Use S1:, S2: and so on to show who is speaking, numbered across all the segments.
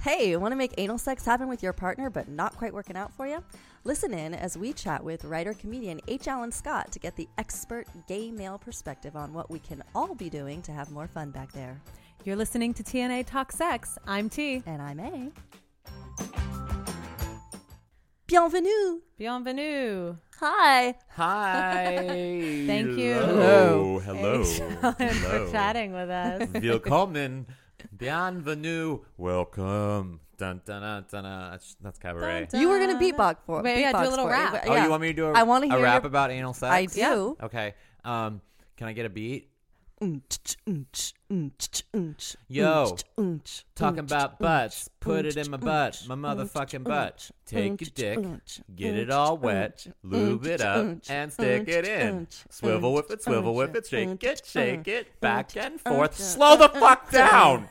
S1: Hey, want to make anal sex happen with your partner but not quite working out for you? Listen in as we chat with writer comedian H. Allen Scott to get the expert gay male perspective on what we can all be doing to have more fun back there.
S2: You're listening to TNA Talk Sex. I'm T.
S1: And I'm A. Bienvenue!
S2: Bienvenue.
S1: Hi!
S3: Hi.
S2: Thank you.
S3: Hello.
S2: Hello.
S3: Hello.
S2: Thanks
S3: Hello.
S2: for chatting with us.
S3: Willkommen. Bienvenue. Welcome. Dun, dun, dun, dun, dun. That's, that's cabaret.
S2: Dun,
S1: You were going to beatbox for
S2: Wait, yeah, do a
S1: beatbox
S2: little
S1: for it.
S2: rap.
S1: But
S3: Oh,
S1: yeah.
S3: you want me to do a,
S1: I wanna hear
S3: a rap
S1: your-
S3: about anal sex?
S1: I do.
S3: Okay. Um, can I get a beat?
S1: Mm-ch, mm-ch, mm-ch, mm-ch,
S3: Yo.
S1: mm-ch, mm-ch,
S3: Talking
S1: mm-ch,
S3: about butts. Put it in my
S1: mm-ch,
S3: butt.
S1: mm-ch,
S3: My
S1: mm-ch,
S3: motherfucking butt.
S1: mm-ch,
S3: Take your
S1: mm-ch,
S3: dick.
S1: mm-ch,
S3: Get it
S1: mm-ch,
S3: all wet.
S1: mm-ch,
S3: Lube it
S1: mm-ch,
S3: up
S1: mm-ch,
S3: and stick it
S1: mm-ch,
S3: in.
S1: mm-ch,
S3: Swivel with it,
S1: mm-ch,
S3: swivel with
S1: mm-ch,
S3: it. Shake
S1: mm-ch,
S3: it, shake it. Back
S1: mm-ch,
S3: and forth.
S1: mm-ch,
S3: Slow the fuck down.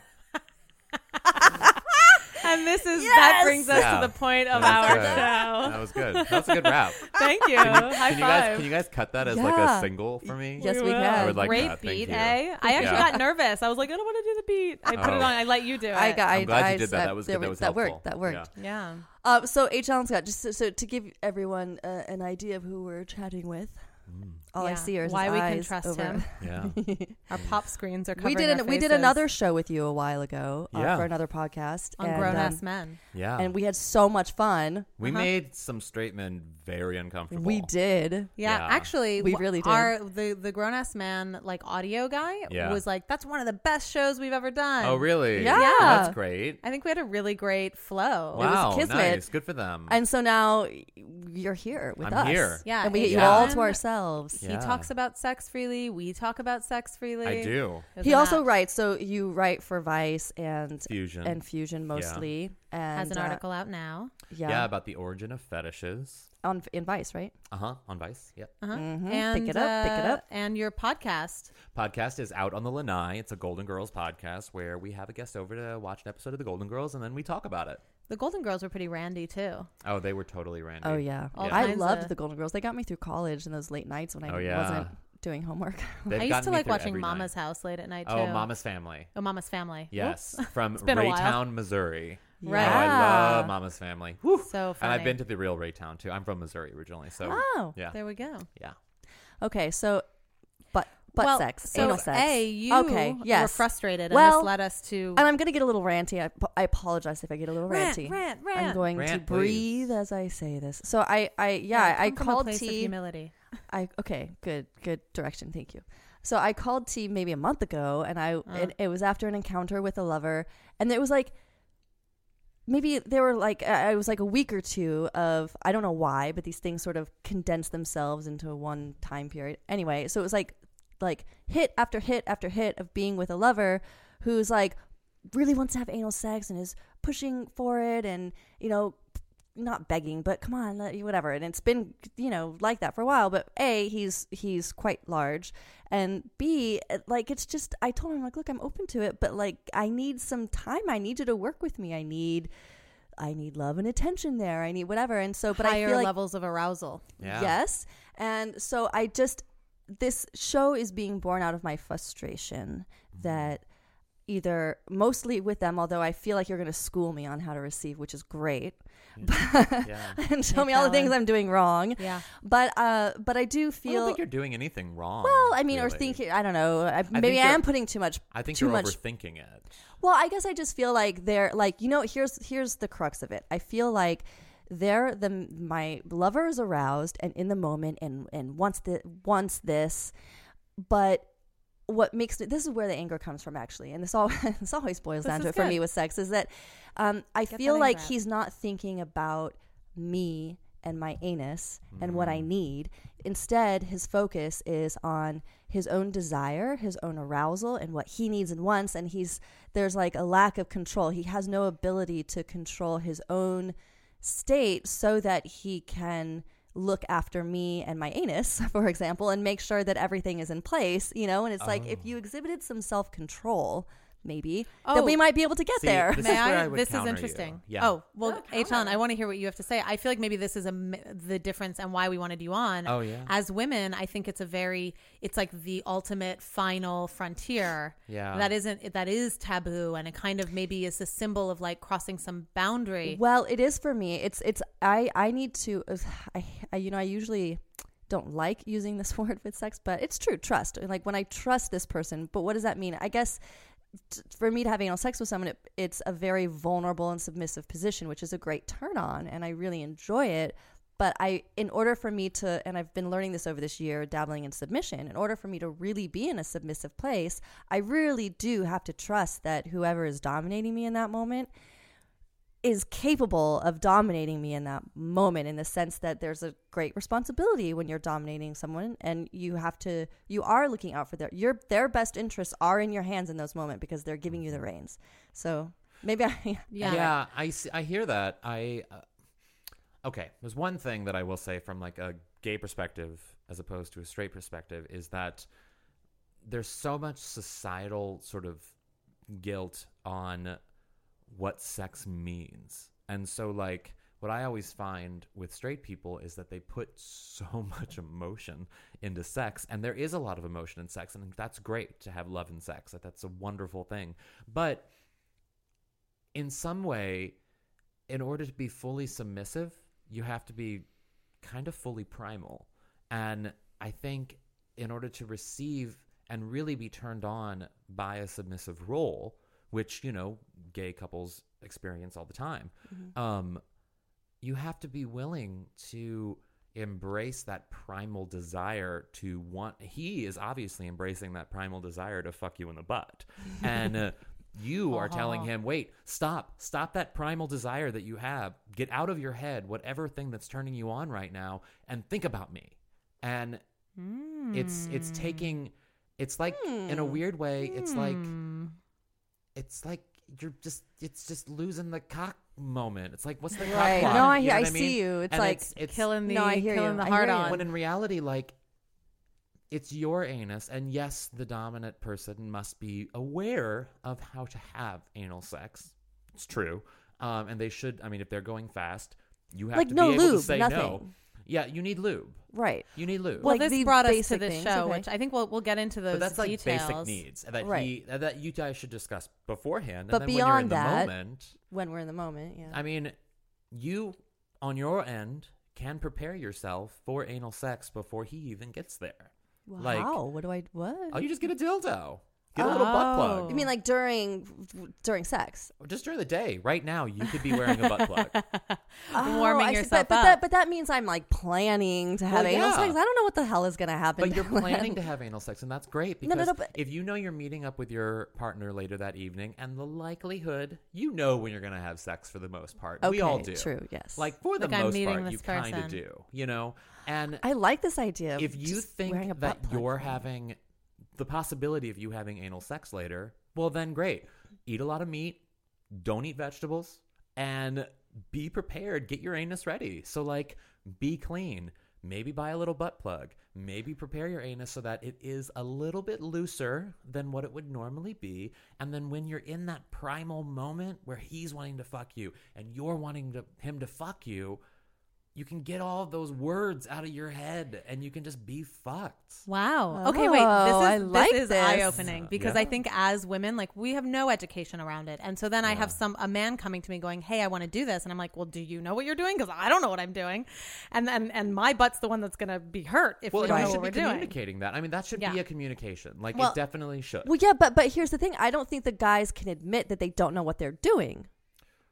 S2: And this is that
S1: Yes!
S2: brings us
S3: Yeah.
S2: to the point of
S3: That was
S2: our
S3: good.
S2: show.
S3: That was good. That's a good rap.
S2: Thank you.
S3: Can you,
S2: High
S3: can
S2: five.
S3: you guys can you guys cut that as like
S1: Yeah.
S3: a single for me?
S1: Yes, we
S2: will.
S1: can. I would
S3: like
S2: Great
S3: that. Thank
S2: beat,
S3: you.
S2: eh? I actually
S3: Yeah.
S2: got nervous. I was like, I don't want to do the beat. I put
S3: Oh.
S2: it on. I let you do it.
S1: I got. I,
S3: I'm glad
S1: I,
S3: you did that. That was good. That was
S1: that
S3: helpful.
S1: worked. That worked.
S3: Yeah.
S2: Yeah.
S1: Uh, so H. Allen Scott, just so, so to give everyone uh, an idea of who we're chatting with, all I
S2: Yeah.
S1: see are his
S2: why we can
S1: eyes
S2: trust
S1: over-
S2: him.
S3: Yeah.
S2: Our pop screens are.
S1: We
S2: covering
S1: did
S2: our
S1: an, we did
S2: faces
S1: another show with you a while ago uh,
S3: Yeah.
S1: for another podcast
S2: on
S1: and,
S2: grown ass
S1: um,
S2: men.
S3: Yeah.
S1: and we had so much fun.
S3: we
S2: Uh-huh.
S3: made some straight men very uncomfortable.
S1: We did.
S2: Yeah,
S3: Yeah.
S2: actually,
S1: We
S2: w-
S1: really did.
S2: Our the the grown ass man like audio guy
S3: Yeah.
S2: was like, that's one of the best shows we've ever done.
S3: Oh, really?
S1: Yeah.
S3: Well, That's great.
S2: I think we had a really great flow.
S3: wow.
S1: kismet.
S3: Nice. Good for them.
S1: And so now you're here with
S3: I'm
S1: us.
S3: here.
S2: Yeah,
S1: and we get
S3: it's
S1: you all
S2: fun.
S1: to ourselves.
S2: He
S3: Yeah.
S2: talks about sex freely. We talk about sex freely.
S3: I do.
S2: It was
S1: He
S2: a
S1: also
S2: match.
S1: writes. So you write for Vice and
S3: Fusion.
S1: and Fusion mostly, and
S2: has an
S1: uh,
S2: article out now.
S1: yeah,
S3: yeah, about the origin of fetishes.
S1: on in Vice, right?
S3: Uh huh. On Vice. Yep.
S2: Uh-huh.
S1: Mhm.
S2: And
S1: Pick it up, pick it
S2: uh,
S1: up.
S2: And your podcast.
S3: podcast is out on the Lanai. It's a Golden Girls podcast where we have a guest over to watch an episode of the Golden Girls and then we talk about it.
S2: The Golden Girls were pretty randy too.
S3: Oh, they were totally random.
S1: Oh yeah,
S2: All
S1: I
S2: kinds
S1: loved
S2: of-
S1: the Golden Girls. They got me through college and those late nights when I
S3: Oh, yeah.
S1: wasn't doing homework.
S3: They've
S2: I used
S3: gotten
S2: to
S3: me
S2: like
S3: through
S2: watching
S3: every
S2: Mama's House late at night
S3: night.
S2: too.
S3: Oh, Mama's Family.
S2: Oh, Mama's Family.
S3: Yes, from
S2: been a while.
S3: Raytown, Missouri.
S2: Right.
S3: Oh, I love
S1: Ah.
S2: Yeah.
S3: Mama's Family.
S2: Woo. So funny.
S3: And I've been to the real Raytown too. I'm from Missouri originally, so
S1: oh,
S3: yeah,
S2: There we go.
S3: yeah.
S1: okay. So, but butt
S2: well,
S1: sex,
S2: so
S1: anal sex.
S2: A, you
S1: okay, yes.
S2: were frustrated,
S1: Well,
S2: and this led us to
S1: And I'm gonna get a little ranty. I, I apologize if I get a little
S2: rant,
S1: ranty.
S2: rant,
S1: I'm
S2: rant.
S1: going to
S3: Rant,
S1: breathe
S3: please.
S1: as I say this. So I, I yeah, I
S2: come from a
S1: called
S2: place of
S1: T.
S2: humility.
S1: I okay, good, good direction. Thank you. So I called T maybe a month ago, and
S2: Uh.
S1: I and it was after an encounter with a lover, and it was like maybe there were like I I was like a week or two of I don't know why, but these things sort of condense themselves into one time period. Anyway, so it was like like hit after hit after hit of being with a lover who's like really wants to have anal sex and is pushing for it and you know not begging but come on let- whatever and it's been you know like that for a while but a he's he's quite large and b it- like it's just i told him like look i'm open to it but like i need some time i need you to work with me i need i need love and attention there i need whatever and so but
S2: Higher
S1: i feel like
S2: levels of arousal.
S3: Yeah.
S1: Yes. And so I just, this show is being born out of my frustration
S3: Mm-hmm.
S1: that either mostly with them, although I feel like you're going to school me on how to receive, which is great,
S3: yeah.
S1: and show me all the things
S2: Alan.
S1: I'm doing wrong.
S2: Yeah.
S1: But, uh, but I do
S3: I don't
S1: feel.
S3: think you're doing anything wrong.
S1: well, I mean, or
S3: really.
S1: thinking, I don't know. I, maybe I
S3: you're-
S1: am putting too much.
S3: I think
S1: too
S3: you're
S1: much
S3: overthinking it.
S1: Well, I guess I just feel like they're like you know here's here's the crux of it. I feel like they're the my lover is aroused and in the moment and and wants the wants this, but what makes me this is where the anger comes from actually, and this all this always boils
S2: This
S1: down to
S2: is
S1: it for me
S2: good.
S1: with sex is that um, I
S2: Get
S1: feel
S2: that
S1: like
S2: anger out.
S1: he's not thinking about me and my anus and what I need. Instead, his focus is on his own desire, his own arousal, and what he needs and wants. And he's there's like a lack of control. He has no ability to control his own state so that he can look after me and my anus, for
S3: Oh.
S1: example, and make sure that everything is in place, you know? And it's like if you exhibited some self control, maybe
S2: Oh,
S1: that we might be able to get
S3: See,
S1: there.
S3: This
S2: May
S3: is where
S2: I?
S3: I would
S2: this is
S3: counter you.
S2: interesting.
S3: Yeah.
S2: Oh well,
S1: Oh,
S2: Eitan,
S1: counter.
S2: I want to hear what you have to say. I feel like maybe this is a m- the difference and why we wanted you on.
S3: Oh, yeah.
S2: As women, I think it's a very it's like the ultimate final frontier.
S3: Yeah.
S2: That isn't that is taboo and it kind of maybe is a symbol of like crossing some boundary.
S1: Well, it is for me. It's it's I I need to I, I you know I usually don't like using this word with sex, but it's true. Trust like when I trust this person, but what does that mean? I guess t- for me to have anal sex with someone, it, it's a very vulnerable and submissive position, which is a great turn on, and I really enjoy it. But I, in order for me to, and I've been learning this over this year, dabbling in submission. In order for me to really be in a submissive place, I really do have to trust that whoever is dominating me in that moment is capable of dominating me in that moment in the sense that there's a great responsibility when you're dominating someone and you have to you are looking out for their your their best interests are in your hands in those moments because they're giving you the reins so maybe i
S2: Yeah.
S3: yeah I, see, I hear that i uh, okay there's one thing that i will say from like a gay perspective as opposed to a straight perspective is that there's so much societal sort of guilt on what sex means and so like what i always find with straight people is that they put so much emotion into sex and there is a lot of emotion in sex and that's great to have love in sex that that's a wonderful thing but in some way, in order to be fully submissive, you have to be kind of fully primal. And I think in order to receive and really be turned on by a submissive role, which, you know, gay couples experience all the time, um, you have to be willing to embrace that primal desire to want he is obviously embracing that primal desire to fuck you in the butt and uh, you are telling him wait stop stop that primal desire that you have get out of your head whatever thing that's turning you on right now and think about me and
S1: Hmm.
S3: it's it's taking it's like in a weird way it's like
S1: Hmm.
S2: Hmm.
S3: it's like you're just it's just losing the cock moment it's like what's the cock
S1: Right.
S3: block?
S1: No, I-
S3: You know
S1: I
S3: what
S1: see
S3: mean?
S1: you. It's
S3: And
S1: like
S3: it's
S2: killing the
S1: No, I hear
S2: killing
S1: you.
S2: the
S1: I
S2: hard
S1: hear you.
S2: on.
S3: when in reality like it's your anus and yes the dominant person must be aware of how to have anal sex it's true um, and they should i mean if they're going fast you have
S1: Like,
S3: to
S1: no
S3: be able
S1: lube,
S3: to say no
S1: nothing.
S3: yeah you need lube
S1: right
S3: you need lube
S2: well,
S1: like
S2: this
S1: the
S2: brought us to
S1: basic
S2: this
S1: things,
S2: show,
S1: okay.
S2: which I think we'll we'll get into those
S3: but that's like
S2: details.
S3: basic needs that he
S1: Right.
S3: that you guys should discuss beforehand.
S1: But
S3: and then when you're in
S1: beyond that-
S3: the moment,
S1: when we're in the moment yeah
S3: I mean, you on your end can prepare yourself for anal sex before he even gets there.
S1: wow
S3: like-
S1: what do i what
S3: Oh, you just get a dildo, get a little butt
S2: Oh.
S1: i
S3: plug.
S1: mean like during during sex
S3: Just during the day, right now, you could be wearing a butt plug. Oh,
S2: warming
S1: Oh, I see.
S2: yourself
S1: but, but
S2: up.
S1: that, but that means i'm like planning to have
S3: Well,
S1: anal
S3: yeah.
S1: sex i don't know what the hell is gonna happen
S3: But you're
S1: when-
S3: planning to have anal sex, and that's great
S1: No, no,
S3: because
S1: no, but-
S3: if you know you're meeting up with your partner later that evening, and the likelihood you know when you're going to have sex for the most part, we all
S1: Okay,
S3: do.
S1: true yes
S3: Like for the
S2: Like, I'm
S3: most
S2: meeting
S3: part,
S2: this
S3: you kind
S2: person.
S3: of do, you know. And
S1: I like this idea. of
S3: if you
S1: just wearing a
S3: think that
S1: butt plug.
S3: you're having the possibility of you having anal sex later, well, then great. Eat a lot of meat. Don't eat vegetables, and be prepared. Get your anus ready. So like, be clean. Maybe buy a little butt plug. Maybe prepare your anus so that it is a little bit looser than what it would normally be. And then when you're in that primal moment where he's wanting to fuck you and you're wanting to, him to fuck you, you can get all those words out of your head and you can just be fucked.
S2: Wow. Okay, wait. This is,
S1: Oh, I like
S2: this is
S1: this.
S2: eye-opening because
S3: Yeah.
S2: I think as women, like we have no education around it, and so then I have
S3: Yeah.
S2: some a man coming to me going, "Hey, I want to do this," and I'm like, "Well, do you know what you're doing? Because I don't know what I'm doing, and and and my butt's the one that's gonna be hurt if
S3: Well,
S2: we
S3: and
S2: don't
S1: Right.
S3: you
S2: know
S3: should
S2: what
S3: be
S2: we're doing."
S3: communicating that. I mean, that should
S2: Yeah.
S3: be a communication. Like,
S2: Well-
S3: it definitely should.
S1: Well, yeah, but but here's the thing. I don't think the guys can admit that they don't know what they're doing.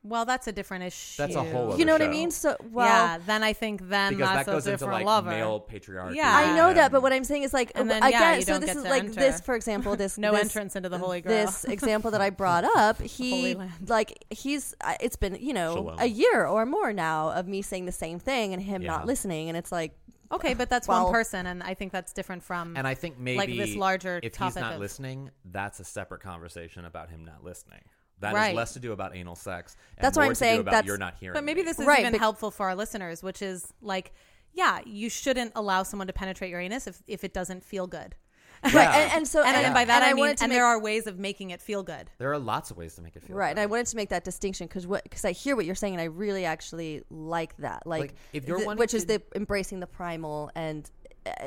S2: Well, that's a different issue.
S3: That's a whole other
S1: you know what I
S3: show.
S1: mean? So well,
S2: yeah. Then I think then
S3: because that
S2: that's a
S3: goes
S2: different
S3: into like
S2: lover.
S3: male patriarchy.
S2: Yeah.
S1: I know that. But
S3: and-
S1: what I'm saying is like
S2: And then, yeah,
S1: again.
S2: you
S1: so
S2: don't
S1: this
S2: get
S1: is
S2: to
S1: like
S2: enter.
S1: this, for example, this
S2: No
S1: this-
S2: entrance into the Holy Grail.
S1: This example that I brought up, he
S2: Holy Land.
S1: like he's uh, it's been you know
S3: Shalom.
S1: a year or more now of me saying the same thing and him
S3: Yeah.
S1: not listening, and it's like
S2: Okay, but that's
S1: Well-
S2: one person, and I think that's different from.
S3: and I think maybe
S2: like this larger
S3: if
S2: topic
S3: he's not
S2: of-
S3: listening, that's a separate conversation about him not listening. That is
S2: Right.
S3: less to do about anal sex. And
S1: That's what
S3: more
S1: I'm
S3: to do
S1: saying,
S3: About
S1: that's-
S3: you're not hearing.
S2: But maybe
S3: me.
S2: this is
S1: Right,
S2: even
S1: but-
S2: helpful for our listeners, which is like, yeah, you shouldn't allow someone to penetrate your anus if, if it doesn't feel good.
S1: Right, and, and so
S2: And, Oh, and
S3: Yeah.
S2: by
S1: and
S2: that I, mean,
S1: wanted
S2: and
S1: to make,
S2: there are ways of making it feel good.
S3: There are lots of ways to make it feel
S1: right, and
S3: good.
S1: I wanted to make that distinction because what because I hear what you're saying, and I really actually like that, like,
S3: Like, if you're
S1: th-
S3: wanting
S1: which is
S3: to-
S1: the embracing the primal and uh,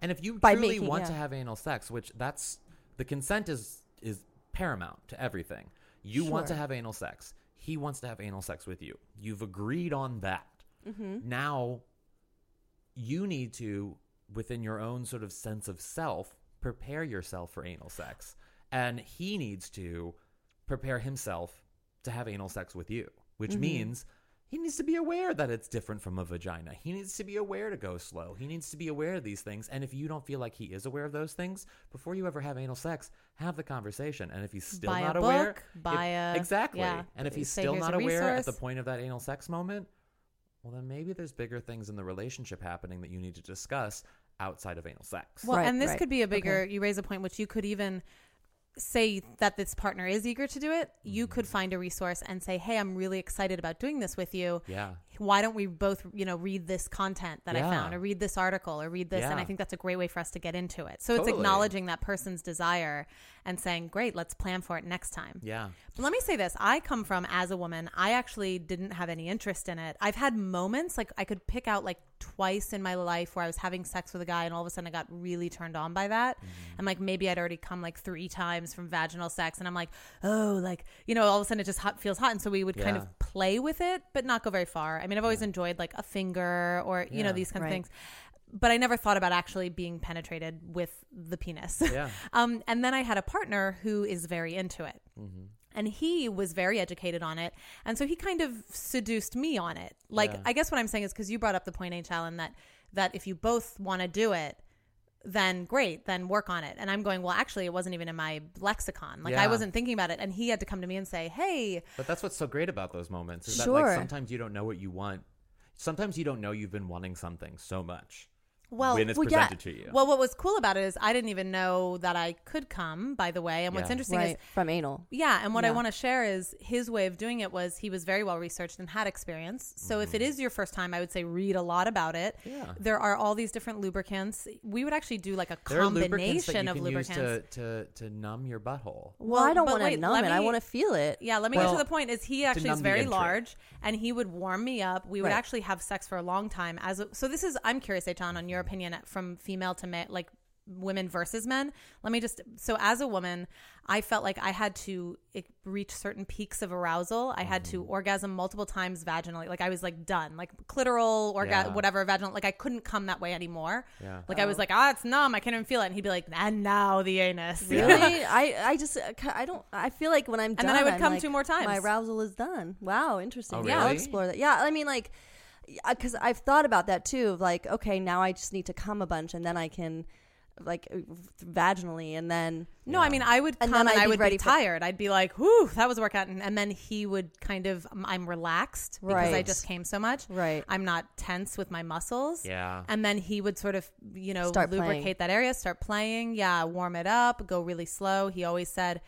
S3: And if you
S1: By
S3: truly
S1: making-
S3: want
S1: yeah.
S3: to have anal sex, which that's the consent is is paramount to everything. You want to
S1: Sure.
S3: have anal sex. He wants to have anal sex with you. You've agreed on that.
S1: Mm-hmm.
S3: Now you need to within your own sort of sense of self prepare yourself for anal sex and he needs to prepare himself to have anal sex with you, which
S2: Mm-hmm.
S3: means he needs to be aware that it's different from a vagina. He needs to be aware to go slow. He needs to be aware of these things. And if you don't feel like he is aware of those things, before you ever have anal sex, have the conversation. And if he's still
S2: Buy a
S3: not aware,
S2: book, buy a-
S3: exactly.
S2: yeah.
S3: And if he's
S2: Say,
S3: still
S2: "Here's
S3: not
S2: a
S3: aware at
S2: resource."
S3: the point of that anal sex moment, well, then maybe there's bigger things in the relationship happening that you need to discuss outside of anal sex.
S2: Well,
S1: Right,
S2: and this
S1: right.
S2: could be a bigger. You raise a point which you could even say that this partner is eager to do it. You
S1: Mm.
S2: could find a resource and say, "Hey, I'm really excited about doing this with you.
S3: yeah.
S2: Why don't we both, you know, read this content that I
S3: Yeah.
S2: found, or read this article, or read this?" And I
S3: Yeah.
S2: think that's a great way for us to get into it. So it's
S3: Totally.
S2: acknowledging that person's desire and saying, "Great, let's plan for it next time."
S3: Yeah.
S2: But let me say this. I come from as a woman, I actually didn't have any interest in it. I've had moments like I could pick out like twice in my life where I was having sex with a guy and all of a sudden I got really turned on by that.
S3: Mm-hmm.
S2: And like maybe I'd already come like 3 times from vaginal sex and I'm like, "Oh, like, you know, all of a sudden it just hot, feels hot." And so we would kind
S3: Yeah.
S2: of play with it, but not go very far. I mean, I've always enjoyed like a finger or, you know,
S3: Yeah.
S2: these kind
S1: Right.
S2: of things. But I never thought about actually being penetrated with the penis.
S3: Yeah.
S2: Um, and then I had a partner who is very into it.
S3: Mm-hmm.
S2: And he was very educated on it. And so he kind of seduced me on it. Like,
S3: Yeah.
S2: I guess what I'm saying is because you brought up the point, H. Allen, that, that if you both want to do it, then great, then work on it. And I'm going, well, actually, it wasn't even in my lexicon. Like, I
S3: Yeah.
S2: wasn't thinking about it. And he had to come to me and say, hey,
S3: But that's what's so great about those moments is that
S1: Sure.
S3: like sometimes you don't know what you want. Sometimes you don't know you've been wanting something so much
S2: well,
S3: when it's
S1: well, yeah.
S3: presented to you.
S2: well, what was cool about it is I didn't even know that I could come, by the way. And what's
S3: Yeah.
S2: interesting is
S1: right from anal.
S2: Yeah, and what I
S1: Yeah.
S2: want to share is his way of doing it was he was very well researched and had experience. So if it is your first time, I would say read a lot about it.
S3: Mm-hmm. Yeah.
S2: There are all these different lubricants. We would actually do like a
S3: there are lubricants that
S2: combination
S3: you
S2: of
S3: can
S2: lubricants.
S3: use to, to, to numb your butthole.
S1: Well,
S2: Well,
S1: I don't
S2: but
S1: want to
S2: wait,
S1: numb it.
S2: let
S1: I
S2: me-
S1: want to feel it.
S2: yeah, let me get
S3: Well,
S2: to the point. Is he actually
S3: numb
S2: is
S3: the
S2: very
S3: entry.
S2: large, and he would warm me up. We would
S1: Right.
S2: actually have sex for a long time. As a, so, this is I'm curious, John, on your opinion from female to male, like women versus men. Let me just so as a woman, I felt like I had to it, reach certain peaks of arousal. I had
S3: Mm-hmm.
S2: to orgasm multiple times vaginally. Like I was like done, like clitoral orgasm,
S3: Yeah.
S2: whatever vaginal. Like I couldn't come that way anymore.
S3: Yeah.
S2: Like I was like, ah, it's numb. I can't even feel it. And he'd be like, and now the anus.
S1: Really, I, I just uh, I don't I feel like when I'm
S2: then
S1: done,
S2: I would
S1: I'm
S2: come
S1: like,
S2: two more times.
S1: My arousal is done. Wow, interesting.
S3: Oh,
S1: yeah, I'll
S3: really?
S1: explore that. Yeah, I mean like because I've thought about that too. Of like, okay, now I just need to come a bunch, and then I can like uh, vaginally, and then
S2: No, I mean I would
S1: And
S2: come
S1: then
S2: and
S1: I'd
S2: I
S1: be
S2: would
S1: ready
S2: be
S1: for-
S2: tired. I'd be like, "Whew, that was a workout," and, and then he would kind of, um, "I'm relaxed because I
S1: Right.
S2: just came so much.
S1: Right.
S2: I'm not tense with my muscles."
S3: Yeah.
S2: And then he would sort of, you know,
S1: Start
S2: lubricate
S1: playing.
S2: that area, start playing. Yeah, warm it up, go really slow. He always said,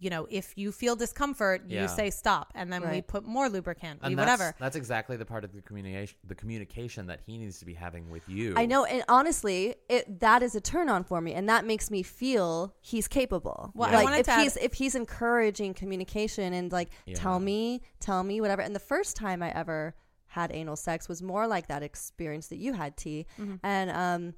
S2: you know, if you feel discomfort,
S3: Yeah.
S2: you say stop, and then we
S1: Right.
S2: put more lubricant, we
S3: And that's,
S2: whatever.
S3: that's exactly the part of the communication the communication that he needs to be having with you.
S1: I know, and honestly, it that is a turn on for me, and that makes me feel he's capable.
S2: Well, I
S1: like
S2: wanted
S1: if
S2: to add-
S1: he's if he's encouraging communication and like
S3: Yeah.
S1: tell me, tell me whatever. And the first time I ever had anal sex was more like that experience that you had, T,
S2: Mm-hmm.
S1: and um,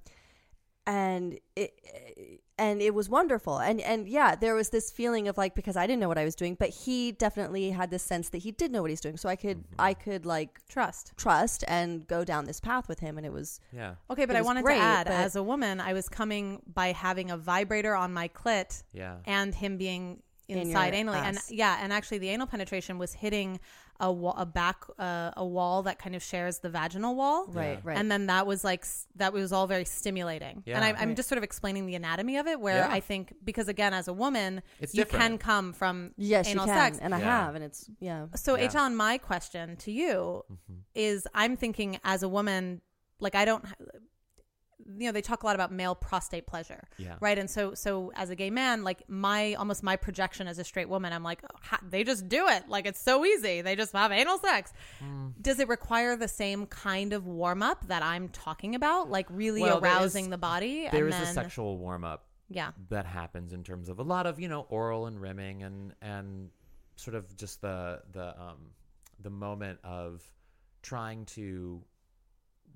S1: and it and it was wonderful and and yeah there was this feeling of like because i didn't know what i was doing but he definitely had this sense that he did know what he's doing so i could i could like
S2: Mm-hmm. Trust.
S1: trust and go down this path with him and it was
S3: Yeah.
S2: Okay, but
S1: It
S2: I
S1: was
S2: wanted
S1: great,
S2: to add,
S1: but-
S2: as a woman, I was coming by having a vibrator on my clit.
S3: Yeah.
S2: and him being
S1: In
S2: inside
S1: your
S2: anally
S1: ass.
S2: and yeah and actually the anal penetration was hitting a wall a back uh, a wall that kind of shares the vaginal wall
S1: right right
S2: and then that was like s- that was all very stimulating
S3: Yeah.
S2: and I, i'm
S1: Right.
S2: just sort of explaining the anatomy of it where
S3: Yeah.
S2: i think because again as a woman
S3: It's
S2: you can
S3: different.
S2: come from
S1: Yes,
S2: anal
S1: you can,
S2: sex
S1: and I
S3: Yeah.
S1: have, and it's yeah.
S2: so
S3: Yeah.
S2: H on my question to you
S3: Mm-hmm.
S2: is i'm thinking as a woman like i don't you know they talk a lot about male prostate pleasure
S3: Yeah.
S2: right and so so as a gay man like my almost my projection as a straight woman i'm like oh, ha- they just do it like it's so easy they just have anal sex
S3: Mm.
S2: does it require the same kind of warm up that i'm talking about like really
S3: Well, there
S2: arousing
S3: is-
S2: the body
S3: There
S2: and
S3: is
S2: then
S3: a sexual warm up
S2: Yeah.
S3: that happens in terms of a lot of you know oral and rimming and and sort of just the the um the moment of trying to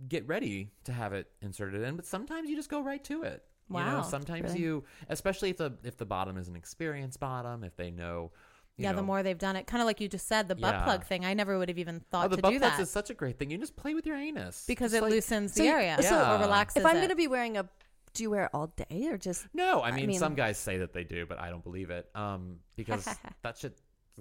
S3: get ready to have it inserted in but sometimes you just go right to it you
S2: Wow,
S3: know sometimes
S1: really?
S3: you especially if the if the bottom is an experienced bottom if they know you
S2: yeah, the
S3: know-
S2: more they've done it, kind of like you just said, the butt
S3: Yeah.
S2: plug thing. I never would have even
S3: oh,
S2: thought
S3: the
S2: to
S3: butt
S2: do
S3: plugs
S2: that
S3: is such a great thing you just play with your anus
S2: because
S3: Just
S2: it
S3: like-
S2: loosens
S1: So
S2: the
S1: you-
S2: area
S3: Yeah.
S2: or relaxes.
S1: if I'm
S2: it.
S1: going to be wearing a, do you wear it all day or just?
S3: No, I
S1: I
S3: mean,
S1: mean-
S3: some guys say that they do, but I don't believe it. Um, because that shit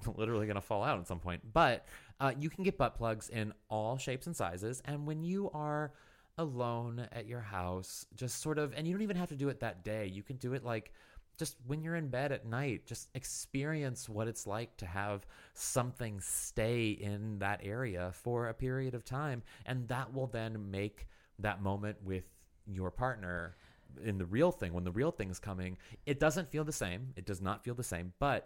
S3: literally gonna fall out at some point. But uh, you can get butt plugs in all shapes and sizes, and when you are alone at your house, just sort of, and you don't even have to do it that day. You can do it like just when you're in bed at night. Just experience what it's like to have something stay in that area for a period of time, and that will then make that moment with your partner in the real thing when the real thing is coming it doesn't feel the same it does not feel the same but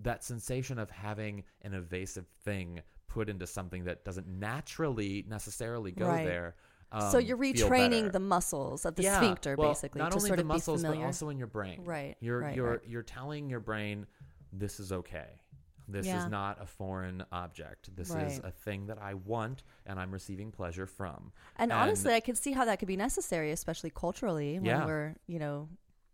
S3: that sensation of having an evasive thing put into something that doesn't naturally necessarily go
S1: Right.
S3: there um,
S1: so you're
S3: feel
S1: retraining
S3: better.
S1: the muscles of the
S3: Yeah.
S1: sphincter,
S3: Well,
S1: basically,
S3: not
S1: to
S3: only
S1: sort
S3: the
S1: of
S3: muscles
S1: be
S3: but
S1: familiar.
S3: also in your brain
S1: Right,
S3: you're
S1: right,
S3: you're
S1: right.
S3: you're telling your brain this is okay this
S2: Yeah.
S3: is not a foreign object this is
S1: Right.
S3: a thing that i want and i'm receiving pleasure from
S1: and,
S3: and-
S1: honestly, I could see how that could be necessary, especially culturally, when
S3: Yeah.
S1: we're you know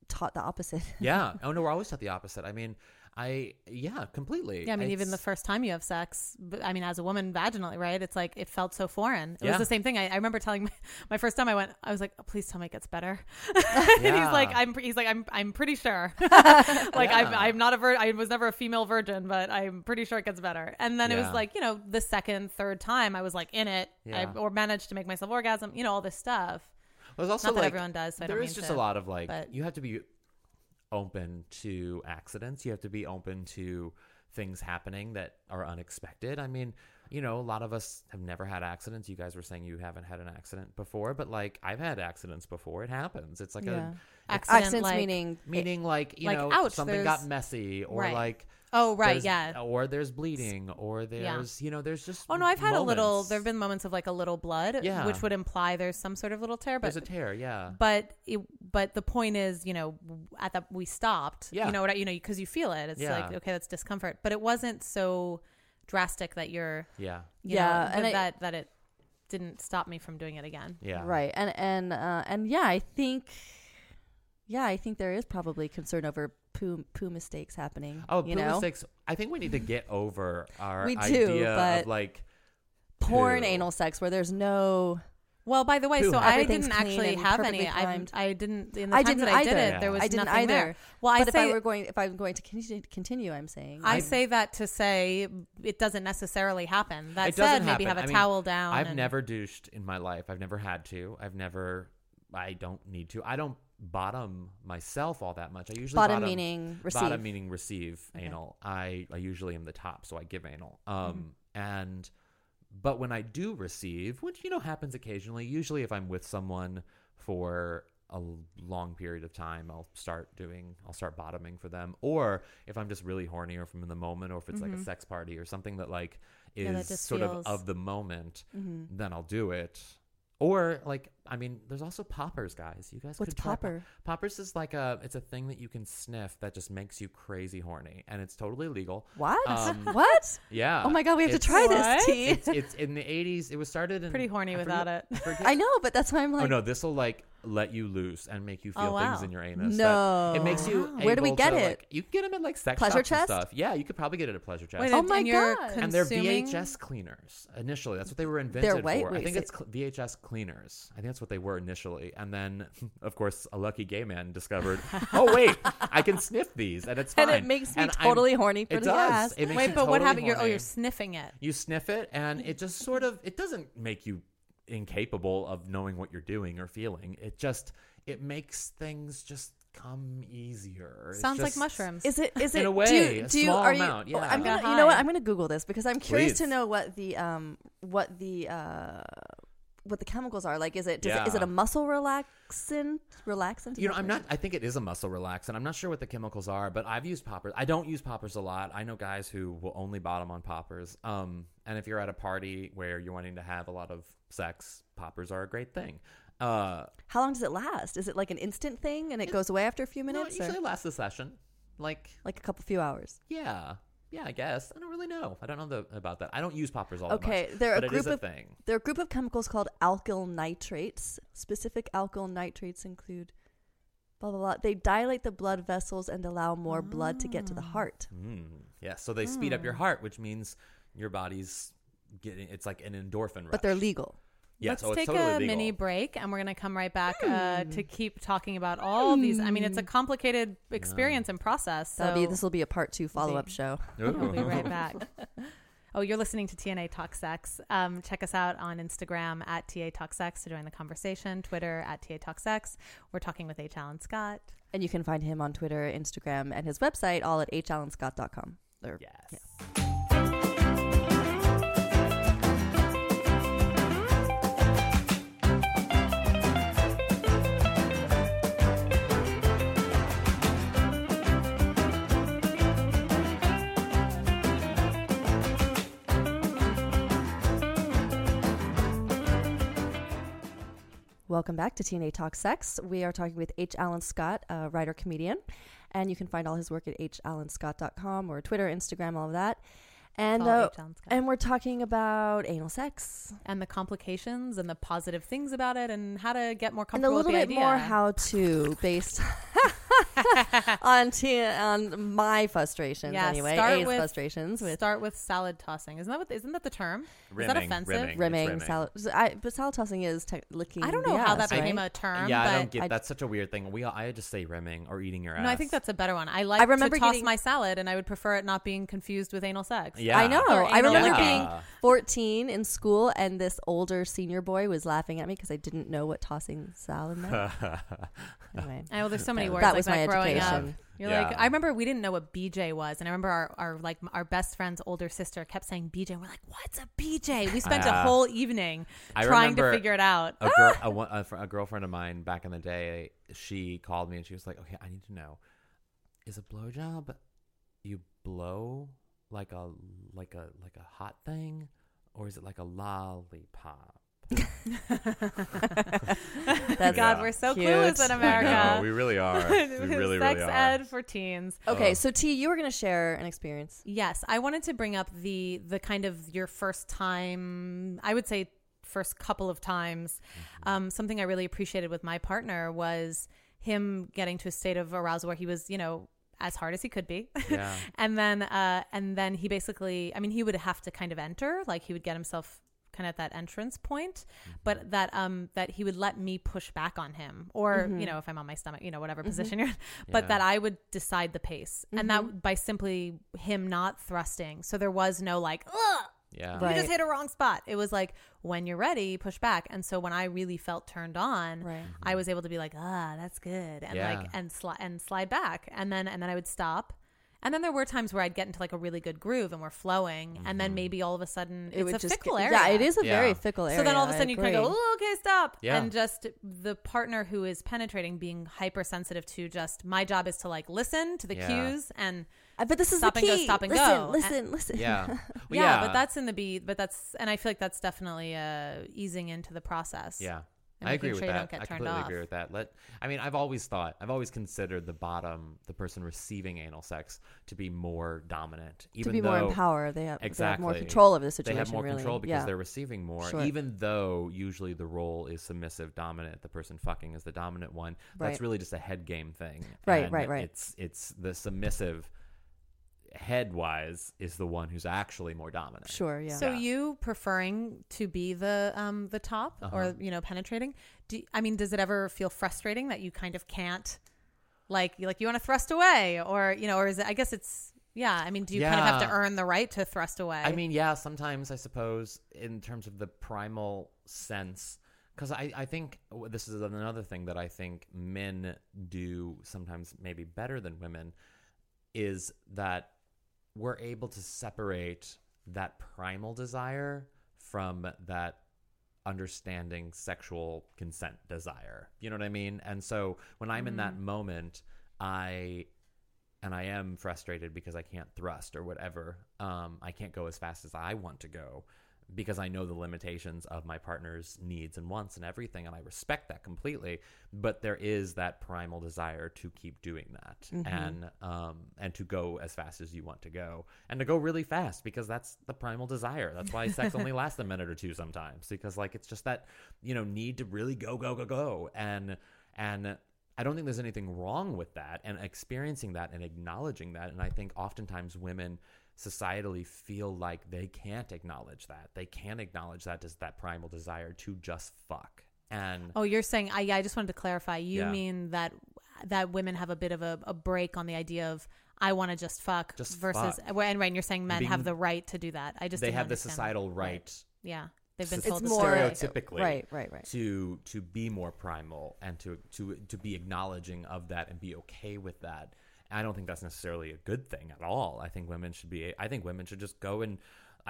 S1: taught the opposite.
S3: yeah oh no we're always at the opposite i mean i yeah completely
S2: Yeah, I mean, even
S3: It's-
S2: the first time you have sex, b- I mean, as a woman vaginally, right? It's like it felt so foreign. It
S3: Yeah.
S2: was the same thing. I, I remember telling my, my first time I went, I was like, "Oh, please tell me it gets better. and he's like,
S3: Yeah.
S2: I'm, pre- he's like, I'm, I'm pretty sure. like I'm,
S3: Yeah.
S2: I'm not a virgin. I was never a female virgin, but I'm pretty sure it gets better. And then it
S3: Yeah.
S2: was like, you know, the second, third time I was like in it
S3: Yeah.
S2: I, or managed to make myself orgasm, you know, all this stuff.
S3: There's also
S2: Not that
S3: like
S2: everyone does, so I don't
S3: there
S2: mean
S3: is just
S2: to,
S3: a lot of like
S2: but-
S3: you have to be open to accidents. You have to be open to things happening that are unexpected. I mean, you know, a lot of us have never had accidents. You guys were saying you haven't had an accident before, but like I've had accidents before. It happens. It's like
S1: Yeah.
S3: a it's
S2: Accident,
S1: Accents
S2: like-
S1: meaning
S3: meaning like you
S2: like,
S3: know
S2: ouch,
S3: something
S2: there's-
S3: got messy or
S2: Right.
S3: like
S2: Oh, right.
S3: there's-
S2: Yeah.
S3: or there's bleeding or there's you know there's just
S2: Oh no, I've had a little.
S3: moments.
S2: There have been moments of like a little blood,
S3: Yeah.
S2: which would imply there's some sort of little tear. But
S3: there's a tear, yeah.
S2: but it, but the point is, you know, at that we stopped.
S3: Yeah.
S2: You know what? I, you know, because you feel it. It's
S3: Yeah.
S2: like okay, that's discomfort, but it wasn't so drastic that you're.
S3: yeah.
S2: You
S1: Yeah,
S2: know,
S1: and
S2: that,
S1: I-
S2: that that it didn't stop me from doing it again.
S3: Yeah.
S1: right, and and uh, and yeah, I think, yeah, I think there is probably concern over poo poo mistakes happening.
S3: Oh,
S1: you
S3: poo
S1: know,
S3: mistakes. I think we need to get over our
S1: We do,
S3: idea of
S1: but-
S3: like
S1: porn
S3: poo.
S1: anal sex where there's no
S2: Well, by the way,
S3: Who
S2: so I
S3: had
S1: it?
S2: didn't
S1: Everything's clean
S2: actually
S1: and
S2: have
S1: perfectly
S2: any. I,
S1: timed.
S2: I didn't in the
S1: I
S2: times
S1: didn't
S2: that I did
S1: either.
S2: it. There was
S1: I didn't
S2: nothing
S1: either.
S2: there. Well, I
S1: but if I
S2: say
S1: were going, if I'm going to con- continue, I'm saying
S2: I say that to say it doesn't necessarily happen. That
S3: It
S2: said,
S3: doesn't
S2: maybe
S3: happen.
S2: have a
S3: I mean,
S2: towel down.
S3: I've
S2: and-
S3: never douched in my life. I've never had to. I've never. I don't need to. I don't bottom myself all that much. I usually
S1: bottom, meaning receive.
S3: bottom meaning receive
S1: Okay.
S3: anal. I I usually am the top, so I give anal. Um
S2: Mm-hmm.
S3: and but when I do receive, which you know happens occasionally, usually if I'm with someone for a l- long period of time, I'll start doing I'll start bottoming for them or if I'm just really horny or if I'm in the moment or if it's like a sex party or something that like is
S2: Mm-hmm. Yeah, that just
S3: sort
S2: feels-
S3: of of the moment,
S1: Mm-hmm.
S3: then I'll do it. Or like I mean, there's also poppers, guys. You guys
S1: What's
S3: could try pop-
S1: popper?
S3: Poppers is like a it's a thing that you can sniff that just makes you crazy horny, and it's totally legal.
S1: What?
S3: Um,
S1: what?
S3: Yeah.
S1: Oh my god, we have to
S3: It's-
S1: try
S2: What?
S1: this. T.
S3: It's, it's in the '80s. It was started in
S2: Pretty horny
S3: I
S2: without
S3: forget-
S2: it.
S3: I forget-
S1: I know, but that's why I'm like,
S3: oh no, this will like let you loose and make you feel
S2: Oh,
S3: things
S2: wow.
S3: in your anus.
S1: No.
S3: that- it makes you.
S1: Wow. Where do we
S3: able
S1: get
S3: to,
S1: it?
S3: like- you can get them at like sex
S1: Pleasure
S3: shops and
S1: chest?
S3: stuff. Yeah, you could probably get it at a pleasure chest.
S2: Wait,
S1: Oh
S2: and-
S1: my
S2: and you're
S1: God.
S3: and they're
S2: consuming-
S3: VHS cleaners initially. That's what they were invented
S1: white-
S3: for. I
S1: wait,
S3: think
S1: so-
S3: it's cl- VHS cleaners. I think that's what they were initially. And then, of course, a lucky gay man discovered, oh wait, I can sniff these, and it's fine.
S1: And it makes me
S3: And I'm-
S1: totally horny for
S3: it
S1: the
S3: does.
S1: ass.
S3: It makes
S2: Wait,
S3: me
S2: but what
S3: totally
S2: happened? You're, oh,
S3: horny.
S2: you're sniffing it.
S3: You sniff it, and it just sort of it doesn't make you incapable of knowing what you're doing or feeling. It just it makes things just come easier. It's
S2: Sounds like
S3: just-
S2: mushrooms.
S1: Is it? Is
S3: In
S1: it?
S3: a
S1: do
S3: way,
S1: you,
S3: a
S1: do you,
S3: small
S1: are
S3: amount,
S1: You,
S3: yeah.
S1: I'm
S2: Got
S1: gonna, you know what?
S2: high.
S1: I'm going to Google this because I'm curious to
S3: Please.
S1: know what the um what the uh what the chemicals are. Like, is it does it, is it
S3: Yeah.
S1: a muscle relaxant? Relaxant? Is
S3: You know,
S1: that
S3: I'm
S1: what
S3: not. I think it is a muscle relaxant. I'm not sure what the chemicals are, but I've used poppers. I don't use poppers a lot. I know guys who will only bottom on poppers. Um, and if you're at a party where you're wanting to have a lot of sex, poppers are a great thing. Uh,
S1: How long does it last? Is it like an instant thing and it goes away after a few
S3: no, it
S1: minutes? or-
S3: usually lasts a session. Like,
S1: like a couple few hours.
S3: yeah, yeah, I guess. I don't really know. I don't know the, about that. I don't use pop resolve.
S1: Okay,
S3: much,
S1: they're a
S3: but Oh, it is
S1: group
S3: a
S1: of-
S3: thing.
S1: There are a group of chemicals called alkyl nitrates. Specific alkyl nitrates include blah blah blah. They dilate the blood vessels and allow more blood to get to the heart.
S3: Mm. Yeah, so they speed up your
S1: Hmm.
S3: heart, which means your body's getting. It's like an endorphin rush.
S1: But they're legal.
S3: Yeah,
S2: Let's
S3: so it's
S2: take
S3: totally
S2: a
S3: legal.
S2: mini break and we're going to come right back uh,
S1: Hmm.
S2: to keep talking about all these. I mean, it's a complicated experience and process. So
S1: That'll be this will be a part two follow up show.
S2: We'll be right back. Oh, you're listening to TNA Talk Sex. Um, check us out on Instagram at TA Talk Sex to join the conversation, Twitter at TA Talk Sex. We're talking with H. Allen Scott.
S1: And you can find him on Twitter, Instagram, and his website all at hallenscott.com. Or,
S3: Yes.
S1: yeah. Welcome back to TNA Talk Sex. We are talking with H. Allen Scott, a writer comedian, and you can find all his work at hallenscott.com or Twitter, Instagram, all of that. And
S2: Follow
S1: uh,
S2: H. Allen Scott.
S1: and we're talking about anal sex
S2: and the complications and the positive things about it and how to get more
S1: and a
S2: comfortable
S1: little
S2: with the
S1: bit
S2: idea.
S1: more how to based on t- on my frustrations
S2: Yeah,
S1: anyway,
S2: start
S1: A's
S2: with-
S1: frustrations with
S2: start with salad tossing. Isn't that what, isn't that the term? is that
S3: Rimming,
S2: offensive?
S3: rimming.
S1: rimming,
S3: rimming.
S1: salad. so I, but salad tossing is te- licking.
S2: I don't know
S1: the
S2: how
S1: ass,
S2: that became
S1: right?
S2: a term.
S3: yeah,
S2: but
S3: I don't get.
S1: I-
S3: that's such a weird thing. We, I just say rimming or eating your ass.
S2: No, I think that's a better one. I like
S1: remember
S2: to toss
S1: getting-
S2: my salad, and I would prefer it not being confused with anal sex.
S3: Yeah,
S1: I know.
S2: Or
S1: I
S2: anal
S1: remember
S3: Yeah.
S1: being 14 in school, and this older senior boy was laughing at me because I didn't know what tossing salad meant. anyway,
S2: Oh, well, there's so many words
S1: That
S2: like
S1: was my
S2: that growing up.
S1: education.
S2: You're
S3: Yeah.
S2: like, I remember we didn't know what BJ was, and I remember our, our like our best friend's older sister kept saying BJ. And we're like, what's a BJ? We spent a
S3: Yeah.
S2: whole evening
S3: I
S2: trying to
S3: remember-
S2: figure it out. ah!
S3: a, girl, a, one- a, fr- a girlfriend of mine back in the day, she called me and she was like, "Okay, I need to know, is a blowjob you blow like a like a like a hot thing, or is it like a lollipop?"
S1: that's
S2: God,
S3: Yeah.
S2: we're so
S1: Cute.
S2: clueless in
S1: I
S2: America.
S3: really are. Oh.
S2: Sex ed for teens.
S1: okay. So T, you were gonna share an experience.
S2: Yes, I wanted to bring up the the kind of your first time. I would say first couple of times. Um, something I really appreciated with my partner was him getting to a state of arousal where he was, you know, as hard as he could be.
S3: Yeah.
S2: and then uh, and then he basically, I mean, he would have to kind of enter, like he would get himself kind of at that entrance point, but that um that he would let me push back on him, or you know, if I'm on my stomach, you know, whatever position you're, in, but
S3: Yeah.
S2: that I would decide the pace, and
S1: Mm-hmm.
S2: that by simply him not thrusting, so there was no like, ugh,
S3: Yeah.
S1: Right.
S2: you just hit a wrong spot. It was like when you're ready, push back. And so when I really felt turned on,
S1: Right.
S2: I was able to be like, ah, that's good, and
S3: Yeah.
S2: like and slide and slide back, and then and then I would stop. And then there were times where I'd get into like a really good groove and we're flowing, and
S1: Mm-hmm.
S2: then maybe all of a sudden it's a fickle
S1: get-
S2: area.
S1: Yeah, it is a very
S3: Yeah.
S1: fickle area.
S2: So then all of a
S1: I
S2: sudden you kind of
S1: agree.
S2: go, oh, okay, stop.
S3: Yeah.
S2: And just the partner who is penetrating being hypersensitive to just my job is to like listen to the
S3: Yeah.
S2: cues and
S1: Uh, But this is
S2: Stop
S1: the
S2: and
S1: key.
S2: go, Uh, stop and
S1: listen,
S2: go.
S1: Listen, listen.
S3: Yeah. Well,
S2: yeah, but that's in the beat, but that's and I feel like that's definitely uh easing into the process.
S3: Yeah.
S2: and
S3: I
S2: making
S3: agree with
S2: sure you don't
S3: that.
S2: get
S3: I
S2: turned
S3: completely
S2: off.
S3: agree with that. Let I mean, I've always thought, I've always considered the bottom, the person receiving anal sex, to be more dominant,
S1: to
S3: even
S1: be
S3: though
S1: more in power, they have, they have more
S3: Exactly.
S1: control of the situation.
S3: they have more
S1: really.
S3: control because
S1: yeah.
S3: they're receiving more.
S1: Sure.
S3: Even though usually the role is submissive, dominant, the person fucking is the dominant one.
S1: Right.
S3: That's really just a head game thing.
S1: Right,
S3: And
S1: right, right.
S3: It's it's the submissive head wise is the one who's actually more dominant.
S1: sure. Yeah.
S2: So
S3: Yeah.
S2: you preferring to be the um the top
S3: Uh-huh.
S2: or you know penetrating? Do I mean does it ever feel frustrating that you kind of can't like you like you want to thrust away or you know or is it I guess it's yeah, I mean do you kind of have to
S3: Yeah.
S2: earn the right to thrust away?
S3: I mean, yeah, sometimes I suppose in terms of the primal sense, because I, I think w- this is another thing that I think men do sometimes maybe better than women is that we're able to separate that primal desire from that understanding sexual consent desire. You know what I mean? And so when I'm in that moment, I and I am frustrated because I can't thrust or whatever. Um, I can't go as fast as I want to go. because I know the limitations of my partner's needs and wants and everything, and I respect that completely. But there is that primal desire to keep doing that and um, and to go as fast as you want to go and to go really fast because that's the primal desire. That's why sex only lasts a minute or two sometimes because like it's just that you know need to really go go go go and and I don't think there's anything wrong with that and experiencing that and acknowledging that. And I think oftentimes women societally feel like they can't acknowledge that. They can't acknowledge that as that primal desire to just fuck. And
S2: Oh, you're saying I I just wanted to clarify. You
S3: Yeah.
S2: mean that that women have a bit of a, a break on the idea of I want to just fuck
S3: Just
S2: versus
S3: fuck.
S2: and right, and you're saying men have
S3: Being-
S2: the right to do that. I just
S3: they
S2: didn't
S3: have the
S2: understand.
S3: societal right
S2: Yeah, they've been
S3: It's
S2: told
S1: it's
S2: the
S1: more
S2: story.
S3: stereotypically
S1: right, right, right.
S3: to to be more primal and to to to be acknowledging of that and be okay with that. I don't think that's necessarily a good thing at all. I think women should be. I think women should just go and.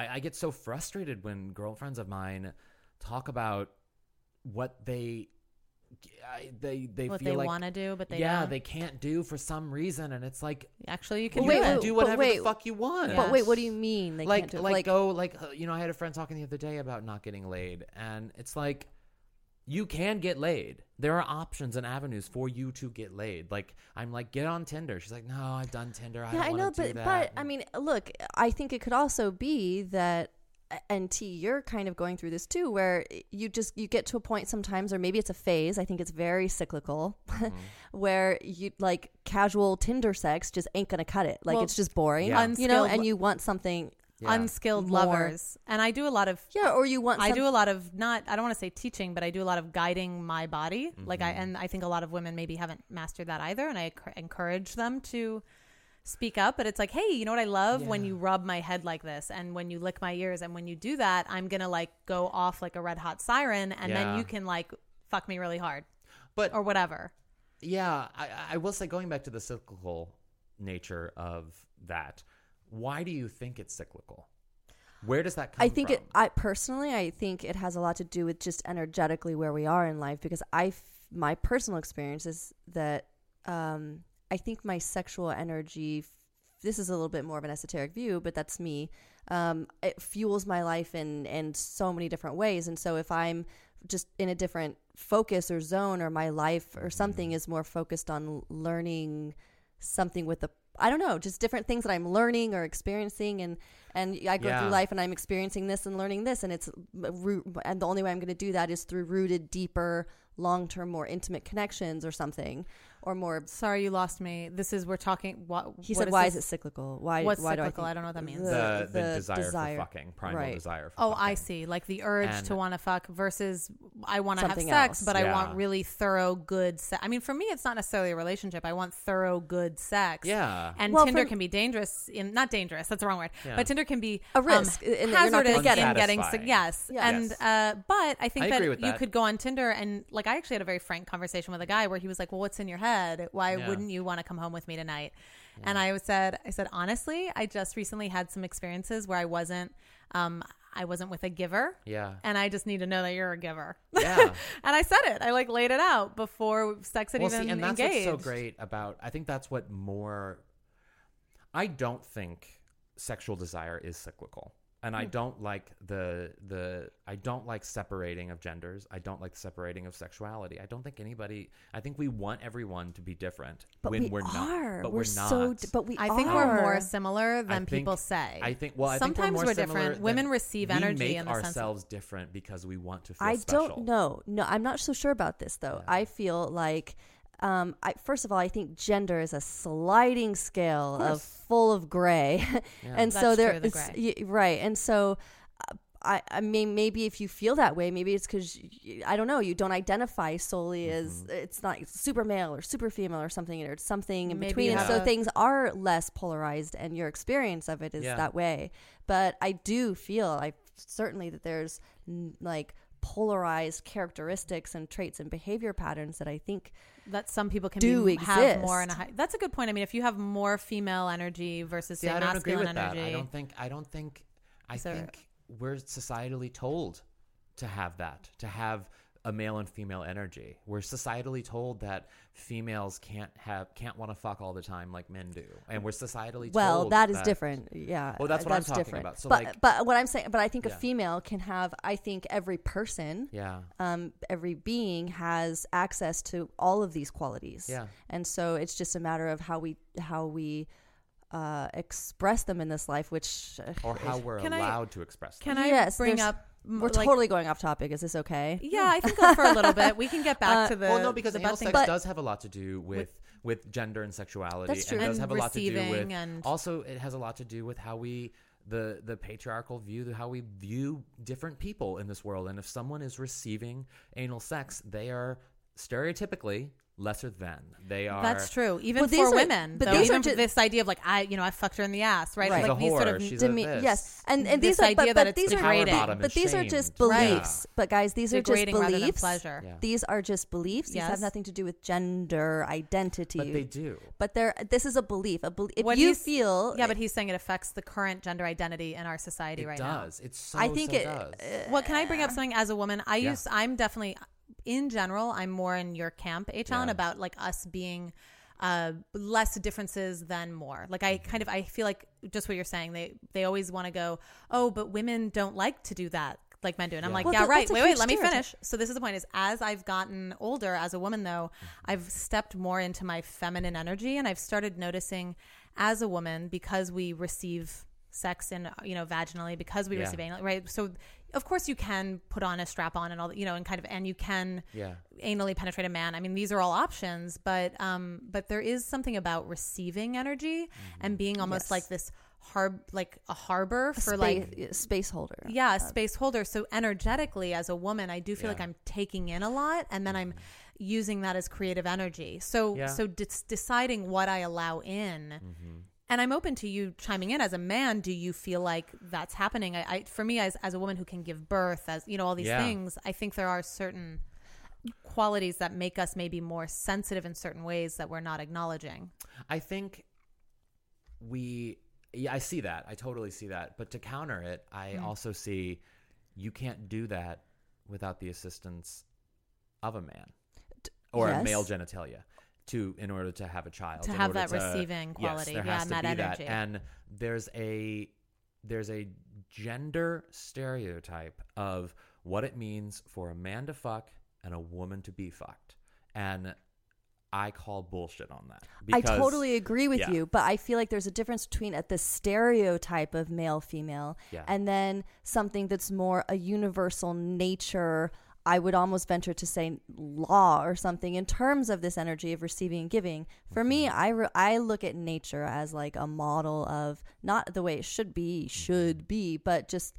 S3: I, I get so frustrated when girlfriends of mine talk about what they I- they they
S2: what
S3: feel
S2: they
S3: like
S2: want to do, but they
S3: yeah
S2: don't.
S3: they can't do for some reason, and it's like
S2: actually you can
S3: you
S1: wait,
S2: do
S3: can
S2: it.
S1: wait,
S3: do
S1: but
S3: whatever
S1: wait.
S3: the fuck you want.
S1: But wait, what do
S2: Yes.
S1: you mean? They
S3: like
S1: can't do,
S3: like, go like uh, you know I had a friend talking the other day about not getting laid, and it's like you can get laid. There are options and avenues for you to get laid. Like I'm like get on Tinder. She's like, no, I've done Tinder. I
S1: yeah, I
S3: don't
S1: know,
S3: want to
S1: but
S3: do
S1: but
S3: that.
S1: I mean, look, I think it could also be that, and T, you're kind of going through this too, where you just you get to a point sometimes, or maybe it's a phase. I think it's very cyclical,
S3: Mm-hmm.
S1: where you like casual Tinder sex just ain't gonna cut it. Like
S2: Well,
S1: it's just boring,
S3: Yeah.
S1: you know,
S2: unskilled-
S1: and you want something,
S3: Yeah.
S2: unskilled
S1: More.
S2: lovers, and I do a lot of
S1: yeah, or you want. Some,
S2: I do a lot of not I don't want to say teaching, but I do a lot of guiding my body. Like
S3: Mm-hmm.
S2: I and I think a lot of women maybe haven't mastered that either and I encour- encourage them to speak up, but it's like, "Hey, you know what I love when
S3: Yeah.
S2: you rub my head like this and when you lick my ears and when you do that, I'm going to like go off like a red hot siren and
S3: Yeah.
S2: then you can like fuck me really hard
S3: but
S2: or whatever."
S3: yeah, I, I will say going back to the cyclical nature of that. Why do you think it's cyclical? Where does that come?
S1: I think it.
S3: from?
S1: I personally, I think it has a lot to do with just energetically where we are in life. Because I, f- my personal experience is that um, I think my sexual energy. F- this is a little bit more of an esoteric view, but that's me. Um, it fuels my life in in so many different ways, and so if I'm just in a different focus or zone, or my life
S3: Mm-hmm.
S1: or something is more focused on learning something with the I don't know, just different things that I'm learning or experiencing, and and I go
S3: Yeah.
S1: through life and I'm experiencing this and learning this, and it's root, and the only way I'm going to do that is through rooted, deeper, long term, more intimate connections or something, or more.
S2: Sorry, you lost me. This is we're talking what
S1: He
S2: what
S1: said,
S2: is
S1: "Why
S2: this?
S1: is it cyclical? Why?
S2: What's
S1: why
S2: cyclical?
S1: Do I, think
S2: I don't know what that means.
S3: the, the,
S1: the
S3: desire,
S1: desire.
S3: for fucking primal
S1: Right.
S3: desire. For
S2: Oh, I
S3: fucking.
S2: see. Like the urge
S3: And-
S2: to want to fuck versus I want to have
S1: Something
S2: sex,
S1: else.
S2: but I
S3: Yeah.
S2: want really thorough, good sex. I mean, for me, it's not necessarily a relationship. I want thorough, good sex.
S3: Yeah.
S2: And
S1: Well,
S2: Tinder
S1: for-
S2: can be dangerous in not dangerous. That's the wrong word.
S3: Yeah.
S2: But Tinder can be
S1: A
S2: um,
S1: risk in that you're not gonna
S2: hazardous
S1: get
S2: in
S3: it.
S2: getting
S3: Satisfying.
S2: yes.
S1: Yeah.
S2: And
S3: Yes.
S2: uh, but I think
S3: I
S2: that
S3: agree
S2: you
S3: with that.
S2: could go on Tinder and like I actually had a very frank conversation with a guy where he was like, "Well, what's in your head? Why
S3: Yeah.
S2: wouldn't you want to come home with me tonight?" And I said, "I said honestly, I just recently had some experiences where I wasn't." Um, I wasn't with a giver
S3: Yeah.
S2: and I just need to know that you're a giver.
S3: Yeah.
S2: and I said it. I like laid it out before sex had even
S3: and that's
S2: engaged.
S3: what's so great about i think that's what more i don't think sexual desire is cyclical and
S1: Hmm.
S3: i don't like the the i don't like separating of genders i don't like the separating of sexuality i don't think anybody i think we want everyone to be different
S1: but
S3: when
S1: we
S3: are
S1: are.
S3: not but
S1: we're,
S3: we're, not
S1: so. d- But we.
S2: I think
S1: are.
S2: we're more similar
S3: I
S2: than
S3: think-
S2: people say.
S3: I think. Well, I
S2: sometimes
S3: think we're, more similar
S2: different.
S3: than-
S2: Women receive
S3: we
S2: energy
S3: make
S2: in the sense. Of,
S3: ourselves different because we want to feel
S1: I
S3: special.
S1: don't know. No, I'm not so sure about this though. I feel like, um, I, first of all, I think gender is a sliding scale of, full of gray, and so
S2: That's
S1: there
S2: true, the
S1: it's- y- right, and so. uh, I, I mean, maybe if you feel that way, maybe it's because I don't know. You don't identify solely as it's not super male or super female or something, or it's something in
S2: Maybe
S1: between.
S2: you
S1: And so
S2: have a-
S1: things are less polarized, and your experience of it is
S3: Yeah.
S1: that way. But I do feel I certainly that there's n- like polarized characteristics and traits and behavior patterns that I think
S2: that some people can
S1: do
S2: be, have
S1: exist.
S2: more. In a high, that's a good point. I mean, if you have more female energy versus
S3: See,
S2: say
S3: I don't agree
S2: masculine
S3: with
S2: energy,
S3: that. I don't think. I don't think. I
S2: Is there-
S3: think we're societally told to have that, to have a male and female energy. We're societally told that females can't have can't want to fuck all the time like men do, and we're societally
S1: Well,
S3: told
S1: that is different. Yeah.
S3: Well, that's what I'm talking
S1: different.
S3: about. So,
S1: but
S3: like-
S1: but what I'm saying, but I think
S3: Yeah.
S1: a female can have. I think every person,
S3: Yeah,
S1: um, every being has access to all of these qualities.
S3: Yeah.
S1: And so it's just a matter of how we how we uh, express them in this life, which.
S2: Mm,
S1: uh,
S3: or how we're
S2: Can I-
S3: allowed to express.
S2: Can
S3: Can
S2: I
S1: Yes,
S2: bring
S1: there's-
S2: up? m-
S1: We're
S2: like-
S1: totally going off topic. Is this okay?
S2: Yeah, I think for a little bit we can get back
S1: Uh,
S2: to the.
S3: well, no, because
S2: the
S3: anal
S2: butt thing.
S3: sex
S1: But-
S3: does have a lot to do with. With gender and sexuality,
S1: That's true.
S3: and does
S2: And
S3: have a lot to do with
S2: receiving and-
S3: also it has a lot to do with how we the the patriarchal view how we view different people in this world, and if someone is receiving anal sex, they are stereotypically lesser than they are.
S2: That's true. Even
S1: But these
S2: for
S1: are-
S2: women,
S1: but
S2: though,
S1: these are
S2: even
S1: ju-
S2: this idea of like I, you know, I fucked her in the ass, right?
S1: Right.
S2: Like
S3: She's a
S2: these sort
S3: whore.
S2: of
S3: She's
S1: Deme-
S3: a this.
S1: yes, and and
S2: This
S1: these are
S2: idea
S1: but,
S2: that
S1: but
S2: it's
S1: these are
S3: power
S1: but,
S3: bottom and
S1: these are just
S3: shamed. Right.
S1: beliefs. But guys, these are just
S2: degrading rather than
S1: beliefs.
S2: pleasure.
S3: Yeah.
S1: These are just beliefs. These have
S2: Yes.
S1: nothing to do with gender identity.
S3: But they do.
S1: But they're this is a belief. A belief. If
S2: What
S1: you
S2: he's-
S1: feel,
S2: yeah, but he's saying it affects the current gender identity in our society
S3: It
S2: right
S3: does. It's so.
S1: I think
S3: so
S1: it-
S3: does.
S2: now. Well, can I bring up something as a woman? I
S3: Yeah.
S2: use. I'm definitely, in general, I'm more in your camp, Achan,
S3: Yeah.
S2: about like us being uh less differences than more like i
S3: Mm-hmm.
S2: kind of i feel like just what you're saying they they always want to go oh but women don't like to do that like men do and i'm
S3: Yeah.
S2: like
S1: Well,
S2: yeah
S1: that-
S2: right
S1: that's a
S2: wait wait
S1: huge
S2: let me
S1: stereotype.
S2: finish so this is the point is as i've gotten older as a woman though
S3: Mm-hmm.
S2: i've stepped more into my feminine energy and i've started noticing as a woman because we receive sex in you know vaginally because we
S3: Yeah.
S2: receive anal right so of course you can put on a strap on and all that you know and kind of and you can
S3: Yeah.
S2: anally penetrate a man i mean these are all options but um but there is something about receiving energy and being almost
S1: Mm-hmm. Yes.
S2: like this harb like a harbor for
S1: space,
S2: like
S1: space holder.
S2: yeah a space holder so energetically as a woman i do feel like
S3: Yeah. Mm-hmm.
S2: i'm taking in a lot and then i'm using that as creative energy so
S3: Yeah. Mm-hmm.
S2: so de- deciding what i allow in and i'm open to you chiming in as a man do you feel like that's happening i, I for me as, as a woman who can give birth as you know all these
S3: Yeah.
S2: things i think there are certain qualities that make us maybe more sensitive in certain ways that we're not acknowledging
S3: I think we. Yeah, I see that. I totally see that. But to counter it, I
S2: Hmm.
S3: also see you can't do that without the assistance of a man or a
S1: yes.
S3: male genitalia to in order to have a child
S2: To
S3: in
S2: have
S3: order
S2: that receiving quality.
S3: Yes, there
S2: Yeah,
S3: has
S2: and
S3: to
S2: that
S3: be
S2: energy.
S3: that. And there's a there's a gender stereotype of what it means for a man to fuck and a woman to be fucked. And I call bullshit on that.
S1: I totally agree with
S3: yeah.
S1: you, but I feel like there's a difference between at the stereotype of male female
S3: Yeah.
S1: and then something that's more a universal nature. I would almost venture to say law or something in terms of this energy of receiving and giving. For me,
S3: Mm-hmm.
S1: I re- I look at nature as like a model of not the way it should
S3: Mm-hmm.
S1: be, should be, but just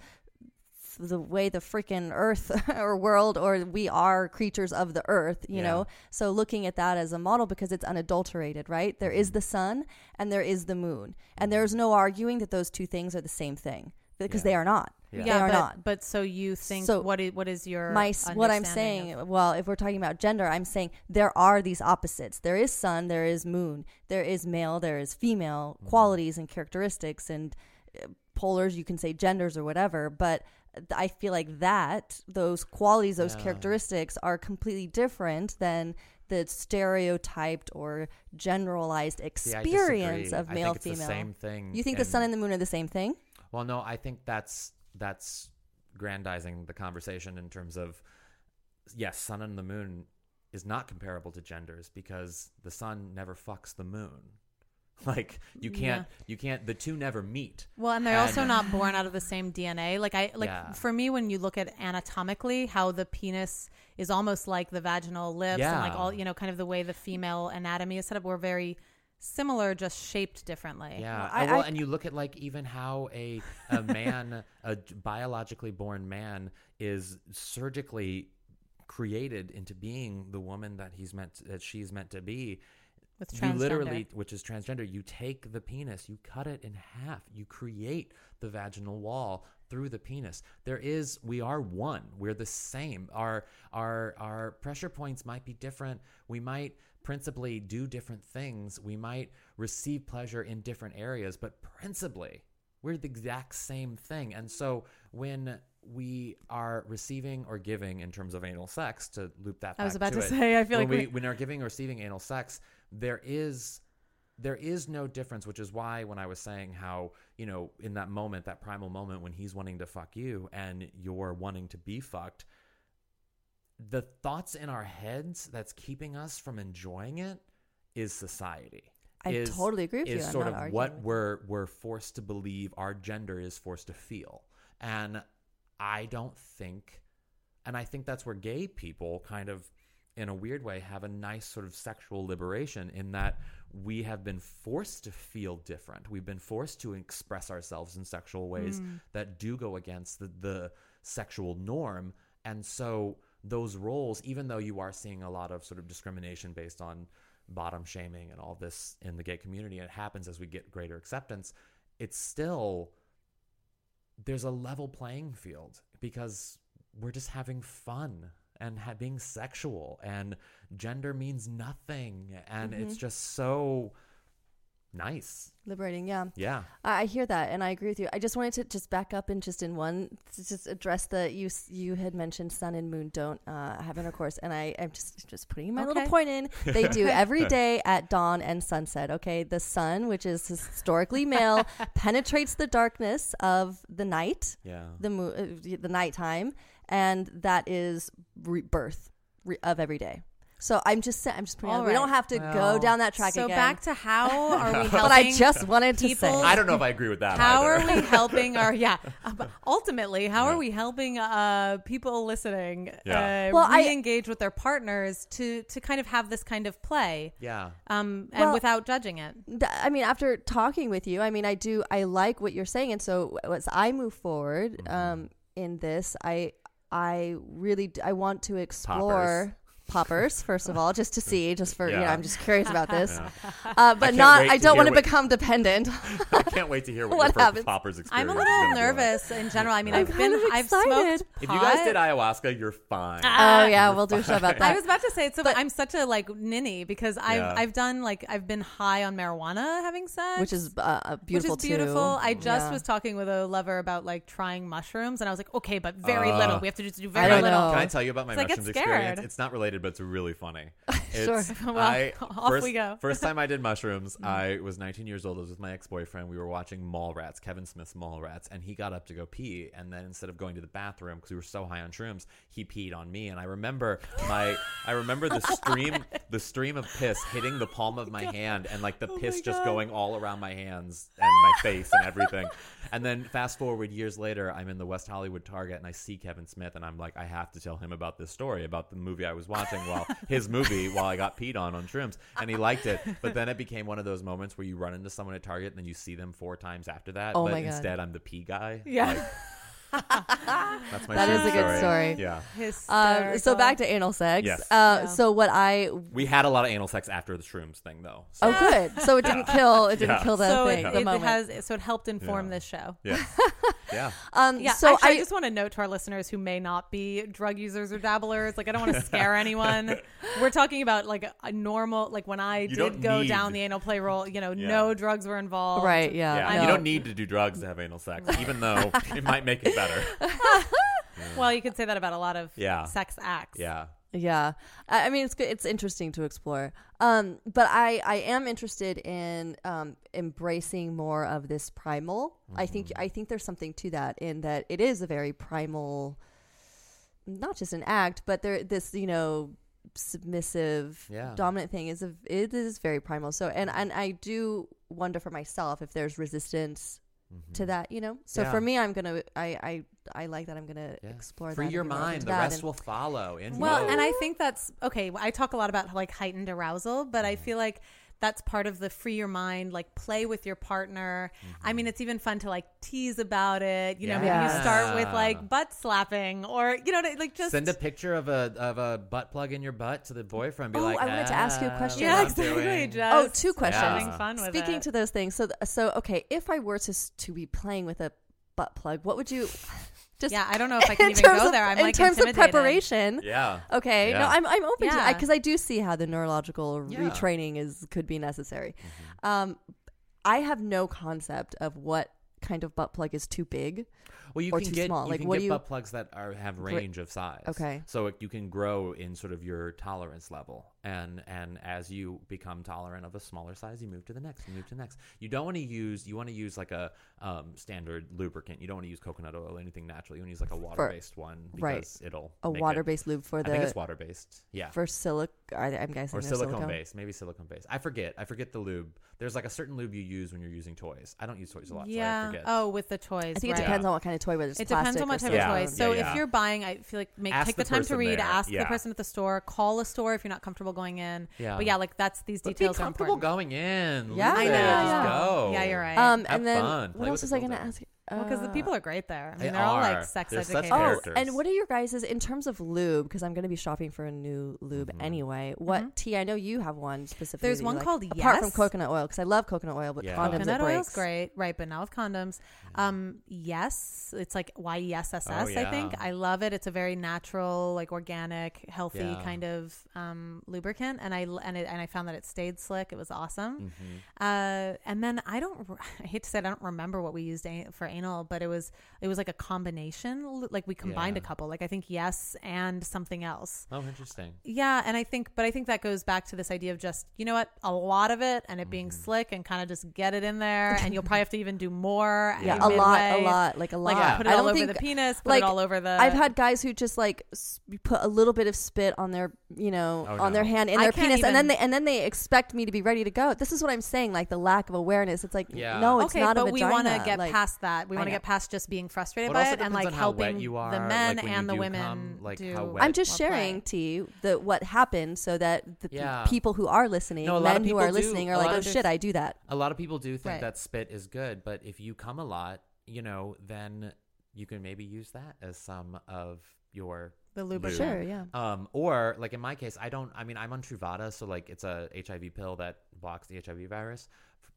S1: the way the freaking earth or world or we are creatures of the earth you
S3: Yeah.
S1: know so looking at that as a model because it's unadulterated right there is the sun and there is the moon and there's no arguing that those two things are the same thing because
S3: Yeah.
S1: they are not
S3: Yeah.
S1: they are
S2: but,
S1: not
S2: but so you think
S1: So
S2: what is what is your
S1: my s- what i'm
S2: understanding
S1: saying
S2: of-
S1: well if we're talking about gender i'm saying there are these opposites there is sun there is moon there is male there is female
S3: Mm-hmm.
S1: qualities and characteristics and uh, polars you can say genders or whatever but th- i feel like that those qualities those
S3: Yeah.
S1: characteristics are completely different than the stereotyped or generalized
S3: See, I
S1: experience
S3: disagree.
S1: of
S3: I
S1: male
S3: think it's
S1: female
S3: The same thing.
S1: you think the sun
S3: in-
S1: and the moon are the same thing
S3: Well, no, I think that's that's grandizing the conversation in terms of yes, sun and the moon is not comparable to genders because the sun never fucks the moon. Like you
S1: Mm,
S3: can't you can't the two never meet.
S2: Well, and they're also
S3: And-
S2: not born out of the same DNA. Like I like
S3: Yeah.
S2: for me when you look at anatomically how the penis is almost like the vaginal lips and like
S3: Yeah.
S2: all you know kind of the way the female anatomy is set up we're very similar just shaped differently.
S3: Yeah.
S1: I-
S3: and well,
S1: I-
S3: and you look at like even how a a man, a j- biologically born man, is surgically created into being the woman that he's meant that she's meant to be.
S2: With
S3: you
S2: transgender.
S3: literally, which is transgender, you take the penis, you cut it in half, you create the vaginal wall through the penis. There is, we are one. We're the same. Our our our pressure points might be different. We might principally do different things. We might receive pleasure in different areas, but principally, we're the exact same thing. And so when we are receiving or giving in terms of anal sex to loop that
S2: I was
S3: back
S2: about to
S3: it,
S2: say, I feel
S3: when
S2: like
S3: we,
S2: we-
S3: when are giving or receiving anal sex there is there is no difference which is why when i was saying how you know in that moment that primal moment when he's wanting to fuck you and you're wanting to be fucked the thoughts in our heads that's keeping us from enjoying it is society
S1: I
S3: is-
S1: totally agree with you.
S3: is
S1: I'm
S3: sort
S1: not
S3: of
S1: arguing
S3: what
S1: with you.
S3: we're we're forced to believe our gender is forced to feel, and I don't think, and I think that's where gay people kind of, in a weird way, have a nice sort of sexual liberation in that we have been forced to feel different. We've been forced to express ourselves in sexual ways that do go against the, the sexual norm, and so those roles, even though you are seeing a lot of sort of discrimination based on bottom shaming and all this in the gay community, and it happens as we get greater acceptance, it's still there's a level playing field because we're just having fun and ha- being sexual and gender means nothing and it's just so nice
S1: liberating. Yeah,
S3: yeah
S1: I, I hear that, and I agree with you. I just wanted to just back up and just in one, to just address the you s- you had mentioned sun and moon don't uh, have intercourse, and I am just just putting my little
S2: Okay.
S1: point in. They do every day at dawn and sunset. Okay, the sun, which is historically male, penetrates the darkness of the night,
S3: yeah
S1: the mo- uh, the nighttime, and that is re- birth re- of every day. So I'm just sa- I'm just putting
S2: All
S1: out- we don't
S2: right.
S1: have to
S3: Well-
S1: go down that track
S2: so
S1: again.
S2: back to how are we helping?
S1: but I just wanted to
S2: people-
S1: say
S3: i don't know if i agree with that
S2: how
S3: either.
S2: are we helping our yeah uh, but ultimately how are we helping uh people listening
S3: Yeah.
S2: uh,
S1: Well, I-
S2: re-engage with their partners to to kind of have this kind of play
S3: yeah
S2: um and
S1: Well-
S2: without judging it
S1: Th- I mean, after talking with you, I mean, I do, I like what you're saying, and so as I move forward
S3: Mm-hmm.
S1: um, in this, I, I really, d- I want to explore poppers first of all, just to see, just for you know,
S3: Yeah.
S1: I'm just curious about this, uh, but not,
S3: wait
S1: I
S3: to
S1: don't
S3: hear
S1: want to
S3: what-
S1: become dependent.
S3: i can't wait to hear what,
S1: What
S3: your first
S1: happens?
S3: poppers
S2: i'm
S3: experience
S2: a
S3: is
S2: little
S3: gonna be like.
S2: nervous in general i mean
S3: I'm
S2: i've been
S1: kind of
S2: i've
S1: excited.
S2: smoked pot.
S3: if you guys did ayahuasca you're fine
S1: oh yeah, we'll do a show about
S2: I
S1: that.
S2: was about to say it's. So, I'm such a like ninny because I've
S3: Yeah.
S2: I've done like I've been high on marijuana having sex,
S1: Which is uh, uh, beautiful,
S2: Which is beautiful.
S1: Too.
S2: I just
S1: Yeah.
S2: was talking with a lover about like trying mushrooms, and I was like, okay, but very
S3: Uh,
S2: little. We have to just do
S1: I
S2: very
S1: don't
S2: little.
S1: know.
S3: Can I tell you about my
S2: It's like,
S3: mushrooms
S2: get
S3: experience?
S2: scared.
S3: It's not related, but it's really funny.
S1: Sure.
S3: It's-
S2: Well, off
S3: first,
S2: we go.
S3: first time I did mushrooms, I was 19 years old. I was with my ex-boyfriend. We were watching Mallrats, Kevin Smith's Mallrats, and he got up to go pee, and then instead of going to the bathroom because we were so high on shrooms, he peed on me. And I remember my, I remember the stream, the stream of piss hitting the palm of my hand, and like
S2: Oh
S3: the piss just going all around my hands and my face and everything. And then fast forward years later, I'm in the West Hollywood Target and I see Kevin Smith and I'm like, I have to tell him about this story about the movie I was watching while his movie while I got peed on on shrooms and he liked it. But then it became one of those moments where you run into someone at Target and then you see them four times after that.
S1: Oh
S3: but
S1: my God.
S3: instead, I'm the pee guy.
S2: Yeah.
S3: Like, that's my.
S1: That
S3: shroom
S1: is a good story.
S3: Yeah.
S1: Um, so
S2: Hysterical.
S1: back to anal sex.
S3: Yes.
S1: Uh,
S2: Yeah.
S1: So what I
S3: We had a lot of anal sex after the shrooms thing though. So,
S1: oh good. So it didn't kill. It didn't
S3: Yeah.
S1: kill the
S2: so
S1: thing.
S2: it,
S1: the
S2: it
S1: moment.
S2: has so it helped inform
S3: Yeah.
S2: this show.
S3: yeah. Yeah.
S1: um.
S2: Yeah,
S1: so
S2: actually, I,
S1: I
S2: just want to note to our listeners who may not be drug users or dabblers, like I don't want to scare anyone. We're talking about like a normal, like when I
S3: don't
S2: did go
S3: need-
S2: down the anal play role, you know,
S3: Yeah.
S2: no drugs were involved.
S1: Right. Yeah.
S3: Yeah.
S1: no.
S3: You don't need to do drugs to have anal sex, even though it might make it better.
S2: Well, you could say that about a lot of
S3: Yeah.
S2: sex acts.
S3: Yeah.
S1: Yeah. I, I mean, it's good. It's interesting to explore. Um, but I, I am interested in um, embracing more of this primal. I think
S3: Mm-hmm.
S1: I think there's something to that in that it is a very primal, not just an act, but there this you know submissive
S3: Yeah.
S1: dominant thing is a it is very primal. So and and I do wonder for myself if there's resistance. To that, you know. So
S3: Mm. Yeah.
S1: for me, I'm gonna. I I I like that. I'm gonna
S3: Yeah.
S1: explore
S3: Free
S1: that
S3: your
S1: and be more open
S3: mind.
S1: to
S3: The
S1: that
S3: rest
S1: and-
S3: will follow. In
S2: Well,
S3: flow.
S2: and I think that's okay. I talk a lot about like heightened arousal, but
S3: Mm-hmm.
S2: I feel like that's part of the free your mind, like play with your partner. I mean, it's even fun to like tease about it. You know, maybe
S1: Yeah.
S2: you start with
S3: Mm-hmm. Yeah.
S2: like butt slapping or, you know, like just
S3: send a picture of a of a butt plug in your butt to the boyfriend. Be
S1: Oh,
S3: like,
S1: I wanted to ask you a
S3: "Ah,
S1: question."
S3: what
S2: yeah,
S3: I'm
S2: exactly.
S3: doing."
S2: Just
S1: Oh, two questions.
S2: Having fun with
S1: Speaking
S2: it.
S1: to those things, so th- so okay, if I were to s- to be playing with a butt plug, what would you? Just
S2: yeah, I don't know Oh, if I can
S1: in
S2: even
S1: terms
S2: go
S1: of-
S2: there. I'm
S1: in
S2: like
S1: terms of
S2: intimidated.
S1: preparation.
S3: yeah.
S1: Okay, no,
S3: Yeah.
S1: I'm I'm open to
S2: Yeah.
S1: because I do see how the neurological
S3: Yeah.
S1: Mm-hmm. retraining is could be necessary. Um, I have no concept of what kind of butt plug is too big.
S3: Well, you
S1: or
S3: can
S1: too
S3: get
S1: small.
S3: you
S1: Like,
S3: can
S1: what
S3: get
S1: do you-
S3: butt plugs that are have range of size.
S1: Okay.
S3: so it, you can grow in sort of your tolerance level, and and as you become tolerant of a smaller size, you move to the next, you move to the next. You don't want to use you want to use like a um, standard lubricant. You don't want to use coconut oil or anything natural. You want to use like a water based one because
S1: right.
S3: it'll
S1: A
S3: make it-
S1: water based lube for
S3: I think
S1: the
S3: it's water based. Yeah,
S1: for silic. I, I'm guessing
S3: or
S1: they're
S3: silicone, based, maybe silicone based. I forget. I forget the lube. There's like a certain lube you use when you're using toys. I don't use toys a lot, so I
S2: yeah.
S3: forget.
S2: oh, with the toys.
S1: I think it
S2: right.
S1: depends on what kind of toy, whether it's
S2: It
S1: plastic
S2: depends on what
S1: or
S2: type
S3: Yeah.
S1: silicone.
S2: of toys. So
S3: Yeah, yeah.
S2: if you're buying, I feel like make
S3: Ask
S2: take
S3: the
S2: the, time to
S3: person
S2: read.
S3: there.
S2: Ask
S3: Yeah.
S2: the person at the store. Call a store if you're not comfortable going in.
S3: Yeah.
S2: But yeah, like that's these
S3: But
S2: details
S3: be
S2: are
S3: comfortable
S2: important.
S3: going in.
S1: Yeah,
S3: Leave
S1: I
S3: it.
S1: know,
S3: Just
S1: yeah.
S3: go.
S2: Yeah, you're right.
S1: Um,
S3: Have
S1: and then
S3: fun.
S1: what
S3: Play
S1: else
S3: with
S1: was
S3: the
S1: I going to
S3: dildo.
S1: ask?
S2: because the
S1: Uh,
S2: people are great there. I
S3: They
S2: mean, they are all
S3: are.
S2: like sex
S3: They're
S2: educators.
S3: such
S1: Oh,
S3: characters.
S1: and what are your guys' in terms of lube? Because I'm going to be shopping for a new lube
S3: Mm-hmm.
S1: anyway. What tea? I know you have one specifically.
S2: Mm-hmm. There's
S1: that you
S2: one
S1: like,
S2: called
S1: apart from
S2: Yes.
S1: coconut oil because I love coconut oil, but
S3: Yeah.
S1: condoms
S2: Coconut
S1: it
S2: oil's
S1: breaks.
S2: great, right? But now with condoms, um, yes, it's like Y E S S S.
S3: Oh,
S2: I think
S3: yeah.
S2: I love it. It's a very natural, like organic, healthy
S3: Yeah.
S2: kind of um, lubricant, and I l- and it, and I found that it stayed slick. It was
S3: Mm.
S2: awesome.
S3: Mm-hmm.
S2: Uh, and then I don't, r- I hate to say, it, I don't remember what we used a- for anal, but it was it was like a combination, lu- like we combined
S3: Yeah.
S2: a couple, like I think yes and something else.
S3: Oh, interesting.
S2: Yeah, and I think, but I think that goes back to this idea of just, you know what, a lot of it and it being
S1: Mm-hmm.
S2: slick and kind of just get it in there, and you'll probably have to even do more. and
S1: Yeah, a
S2: midway,
S1: lot, a lot, like a lot.
S2: Like put it
S1: I
S2: all
S1: don't
S2: over
S1: think,
S2: the penis, put
S1: like,
S2: it all over the.
S1: I've had guys who just like s- put a little bit of spit on their, you know,
S3: Oh,
S1: on
S3: no.
S1: their hand in
S2: I
S1: their
S2: can't
S1: penis, and then
S2: even-
S1: they and then they expect me to be ready to go. This is what I'm saying, like the lack of awareness. It's like,
S3: Yeah.
S1: no, oh, it's
S2: Okay,
S1: not a
S2: but we
S1: vagina.
S2: want to get
S1: like,
S2: past that. We
S1: I
S2: want to
S1: know.
S2: get past just being frustrated
S3: Well, it
S2: by
S3: also
S2: it and
S3: depends
S2: like
S3: on how
S2: helping
S3: wet you are,
S2: the
S3: like,
S2: men
S3: when you
S2: and the
S3: do
S2: women
S3: come, like,
S2: do.
S3: how wet-
S1: I'm just
S2: Well, play.
S1: sharing to you the what happened so that the
S3: Yeah.
S1: people who are listening,
S3: No, a lot of
S1: men who
S3: people
S1: are
S3: do.
S1: listening,
S3: A
S1: are
S3: lot
S1: like, oh
S3: of
S1: shit, I do that.
S3: A lot of people do think
S2: Right.
S3: that spit is good, but if you come a lot, you know, then you can maybe use that as some of your
S2: The
S3: lube.
S2: lubricant.
S1: Sure, yeah.
S3: Um, or like in my case, I don't. I mean, I'm on Truvada, so like it's a HIV pill that blocks the HIV virus.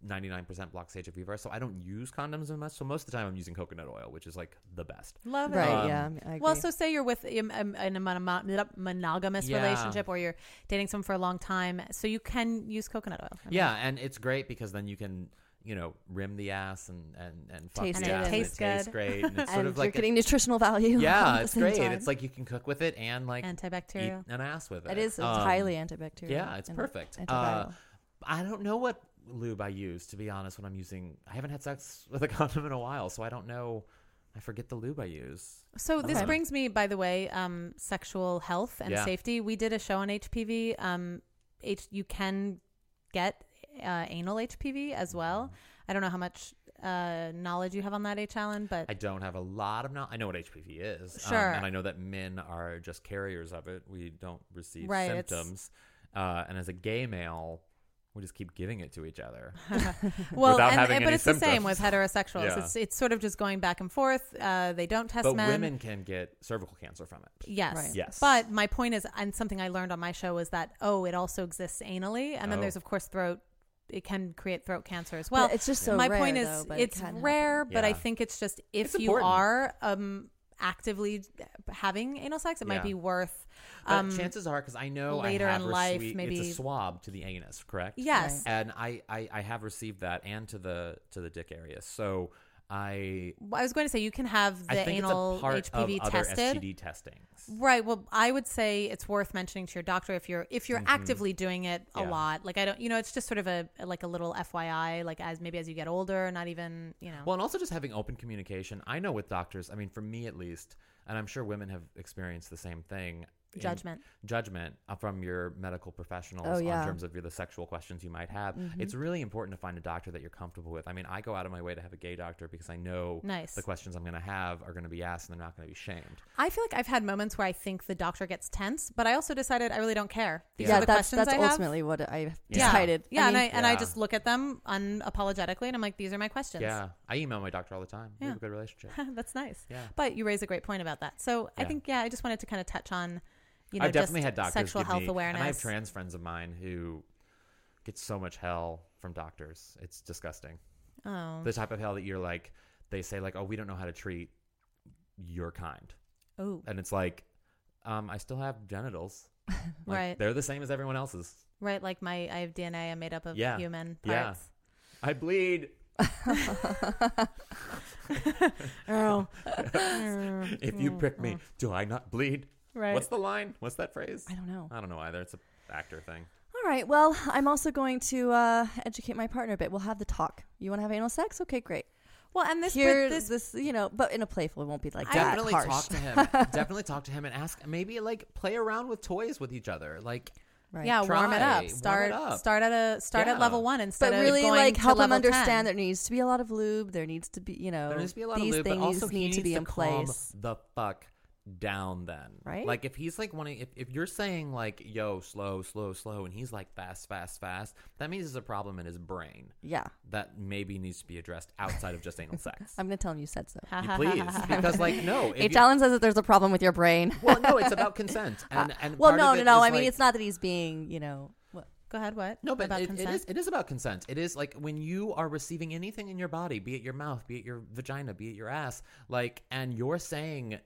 S3: 99% blocks the HIV virus, so I don't use condoms as much. So most of the time, I'm using coconut oil, which is like the best.
S2: Love it.
S1: Right,
S3: Um,
S1: yeah. I agree.
S2: Well, so say you're with um, um, in a mono- monogamous
S3: Yeah.
S2: relationship or you're dating someone for a long time, so you can use coconut oil. I mean,
S3: Yeah, and it's great because then you can, you know, rim the ass and and and fuck
S1: Taste
S3: the
S1: it.
S3: ass
S1: And it
S2: tastes
S3: and it tastes
S2: good.
S3: great. And it's
S1: and
S3: sort of
S1: you're
S3: like a-
S1: getting nutritional value. at
S3: yeah,
S1: the
S3: it's
S1: same
S3: great.
S1: time.
S3: It's like you can cook with it and like eat
S2: antibacterial.
S3: an ass with it.
S1: it is it's
S3: Um,
S1: highly antibacterial.
S3: Yeah, it's
S1: and
S3: perfect. Uh,
S1: antiviral.
S3: I don't know what lube I use to be honest. When I'm using, I haven't had sex with a condom in a while, so I don't know. I forget the lube I use.
S2: So this
S3: Okay.
S2: brings me, by the way, um, sexual health and
S3: Yeah.
S2: safety. We did a show on HPV. Um, H- you can get uh, anal HPV as well. I don't know how much uh, knowledge you have on that, H. Allen, but
S3: I don't have a lot of knowledge. I know what HPV is, um,
S2: Sure.
S3: and I know that men are just carriers of it. We don't receive
S2: Right, it's-
S3: symptoms, uh, and as a gay male, we just keep giving it to each other.
S2: well,
S3: Without
S2: and,
S3: having
S2: and- but
S3: any
S2: it's the same with
S3: symptoms.
S2: heterosexuals.
S3: Yeah.
S2: It's it's sort of just going back and forth. Uh, they don't test
S3: but
S2: men.
S3: women can get cervical cancer from it.
S2: Yes.
S1: Right.
S3: Yes.
S2: But my point is, and something I learned on my show was that, oh, it also exists anally. And then
S3: Oh.
S2: there's, of course, throat. It can create throat cancer as
S1: But
S2: well.
S1: it's just so
S2: my
S1: rare,
S2: point is
S1: though, but it
S2: it's
S1: can happen.
S2: rare but i
S3: Yeah.
S2: think it's just if
S3: It's
S2: you
S3: important.
S2: are um actively uh, having anal sex it
S3: Yeah.
S2: might be worth
S3: But
S2: um
S3: chances are, because I know
S2: later
S3: I have
S2: in life,
S3: received- it's
S2: maybe-
S3: a swab to the anus, correct?
S2: yes
S3: and I, I I have received that and to the to the dick area. So I
S2: i was going to say you can have
S3: I
S2: the
S3: think
S2: anal
S3: it's a part
S2: hpv
S3: of other
S2: tested
S3: STD testings.
S2: Right. Well, I would say it's worth mentioning to your doctor if you're if you're actively doing it a
S3: Mm-hmm. Yeah.
S2: lot. Like I don't, you know, it's just sort of a like a little FYI. Like as maybe as you get older, not even you know.
S3: Well, and also just having open communication. I know with doctors, I mean, for me at least, and I'm sure women have experienced the same thing. in-
S2: Judgment.
S3: judgment uh, from your medical professionals
S1: Oh, yeah.
S3: in terms of your, the sexual questions you might have.
S2: Mm-hmm.
S3: It's really important to find a doctor that you're comfortable with. I mean, I go out of my way to have a gay doctor because I know
S2: Nice.
S3: the questions I'm going to have are going to be asked and they're not going to be shamed.
S2: I feel like I've had moments where I think the doctor gets tense, but I also decided I really don't care. These
S1: yeah,
S2: are the
S1: that's
S2: questions
S1: that's
S2: I have.
S1: ultimately what I
S3: Yeah.
S1: decided.
S2: Yeah,
S1: I mean,
S2: and I and I
S3: Yeah.
S2: just look at them unapologetically, and I'm like, these are my questions.
S3: Yeah. I email my doctor all the time. We have a good relationship.
S2: that's nice.
S3: Yeah.
S2: But you raise a great point about that. So I
S3: Yeah.
S2: think yeah, I just wanted to kind of touch on, you know,
S3: I've definitely
S2: just
S3: had doctors
S2: sexual
S3: give
S2: health
S3: me-
S2: awareness.
S3: And I have trans friends of mine who get so much hell from doctors. It's disgusting.
S2: oh,
S3: The type of hell that you're like, they say like, oh, we don't know how to treat your kind,
S2: oh,
S3: and it's like, um, I still have genitals. Like,
S2: Right.
S3: They're the same as everyone else's.
S2: right. Like my, I have DNA. I'm made up of
S3: Yeah.
S2: human
S3: Yeah.
S2: parts.
S3: I bleed.
S2: Earl.
S3: if you prick me, do I not bleed?
S2: Mm, Right.
S3: What's the line? What's that phrase?
S1: I don't know.
S3: I don't know either. It's a actor thing.
S1: All right. Well, I'm also going to uh, educate my partner a bit. We'll have the talk. You want to have anal sex? Okay, great.
S2: well, and this,
S1: Here,
S2: with
S1: this,
S2: this
S1: you know, but in a playful, it won't be like
S2: I-
S1: that
S3: Definitely
S1: harsh.
S3: talk to him. Definitely talk to him and ask. Maybe like play around with toys with each other. Like
S1: Right.
S2: yeah, warm it
S3: Try. Warm
S2: up.
S3: it
S2: Start
S3: up.
S2: start at a start at
S3: Yeah.
S2: level one instead
S1: but
S2: of
S1: really
S2: going
S1: like
S2: to
S1: help him
S2: level
S1: understand
S2: 10.
S1: there needs to be a lot of lube there needs to be you know
S3: there needs to be a lot
S1: these
S3: of lube,
S1: things
S3: but also he
S1: need to be
S3: needs
S1: in
S3: calm
S1: place
S3: the fuck down. Then
S1: Right?
S3: Like if he's like wanting, if, if you're saying like yo slow slow slow, and he's like fast fast fast, that means there's a problem in his brain
S1: yeah
S3: that maybe needs to be addressed outside of just anal sex.
S1: i'm gonna tell him you said so
S3: You please, because like no,
S1: hey
S3: if you,
S1: Talon says that there's a problem with your brain
S3: well no, it's about consent. And, and
S1: well
S3: part
S1: no
S3: of
S1: no
S3: it
S1: no
S3: is,
S1: i mean
S3: like-
S1: it's not that he's being you know what
S2: Go ahead. What?
S3: No, but
S2: about
S3: it, it
S2: consent?
S3: is it is about consent. It is like when you are receiving anything in your body, be it your mouth, be it your vagina, be it your ass, like and you're saying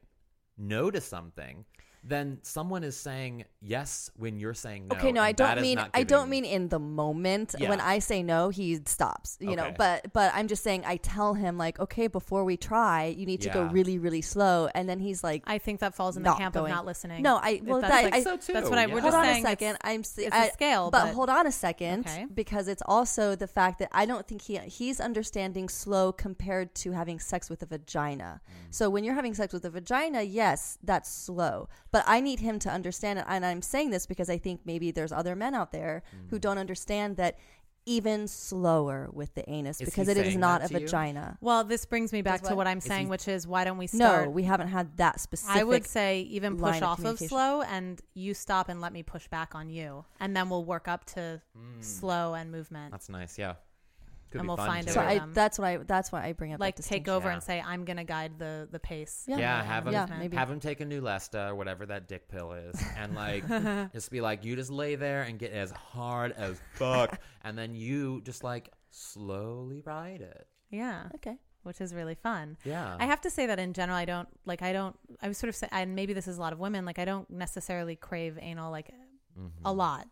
S3: no to something, then someone is saying yes when you're saying no.
S1: okay no i
S3: and that
S1: don't
S3: is
S1: mean
S3: not
S1: i don't
S3: giving-
S1: mean in the moment
S3: Yeah.
S1: when i say no he stops you know
S3: Okay.
S1: but but i'm just saying i tell him like okay before we try you need to go
S3: Yeah.
S1: really really slow and then he's like
S2: I think that falls in the
S1: Not
S2: camp
S1: going.
S2: of not listening.
S1: No, I-
S2: If
S1: well,
S2: that's
S1: that-
S2: like,
S1: I-
S3: So too,
S2: That's what I. We're
S3: yeah.
S2: just
S1: hold on a
S2: saying.
S1: second.
S2: it's-
S1: I'm s-
S2: it's a
S1: I-
S2: scale,
S1: but,
S2: but-
S1: hold on a second
S2: Okay.
S1: because it's also the fact that I don't think he he's understanding slow compared to having sex with a vagina.
S3: Mm.
S1: So when you're having sex with a vagina, yes, that's slow. But I need him to understand it, and I'm saying this because I think maybe there's other men out there
S3: Mm.
S1: who don't understand that even slower with the anus
S3: Is
S1: because
S3: he
S1: it is
S3: saying
S1: not a
S3: that to you?
S1: vagina.
S2: Well, this brings me back
S1: Is
S2: to
S1: what-
S2: what I'm
S3: Is
S2: saying,
S3: he-
S2: which is why don't we start?
S1: No, we haven't had that specific.
S2: I would say even
S1: line
S2: push
S1: of
S2: off of
S1: communication.
S2: slow, and you stop and let me push back on you, and then we'll work up to
S3: Hmm.
S2: slow and movement.
S3: Mm, That's nice, yeah. Could
S2: And
S3: be
S2: we'll
S3: fun,
S2: find a
S3: too.
S1: so. I,
S2: rhythm.
S1: that's what I. That's why I bring up that
S2: like take
S1: distinction.
S2: over
S3: Yeah.
S2: and say, "I'm gonna guide the the pace."
S1: Yeah.
S3: Yeah, have him
S1: Yeah, maybe.
S3: have him take a new Lesta or whatever that dick pill is, and like just be like, you just lay there and get as hard as fuck, and then you just like slowly ride it.
S2: yeah,
S1: Okay.
S2: which is really fun.
S3: Yeah,
S2: I have to say that in general, I don't like. I don't. I was sort of, sa- and maybe this is a lot of women. Like, I don't necessarily crave anal like
S3: Mm-hmm.
S2: a lot.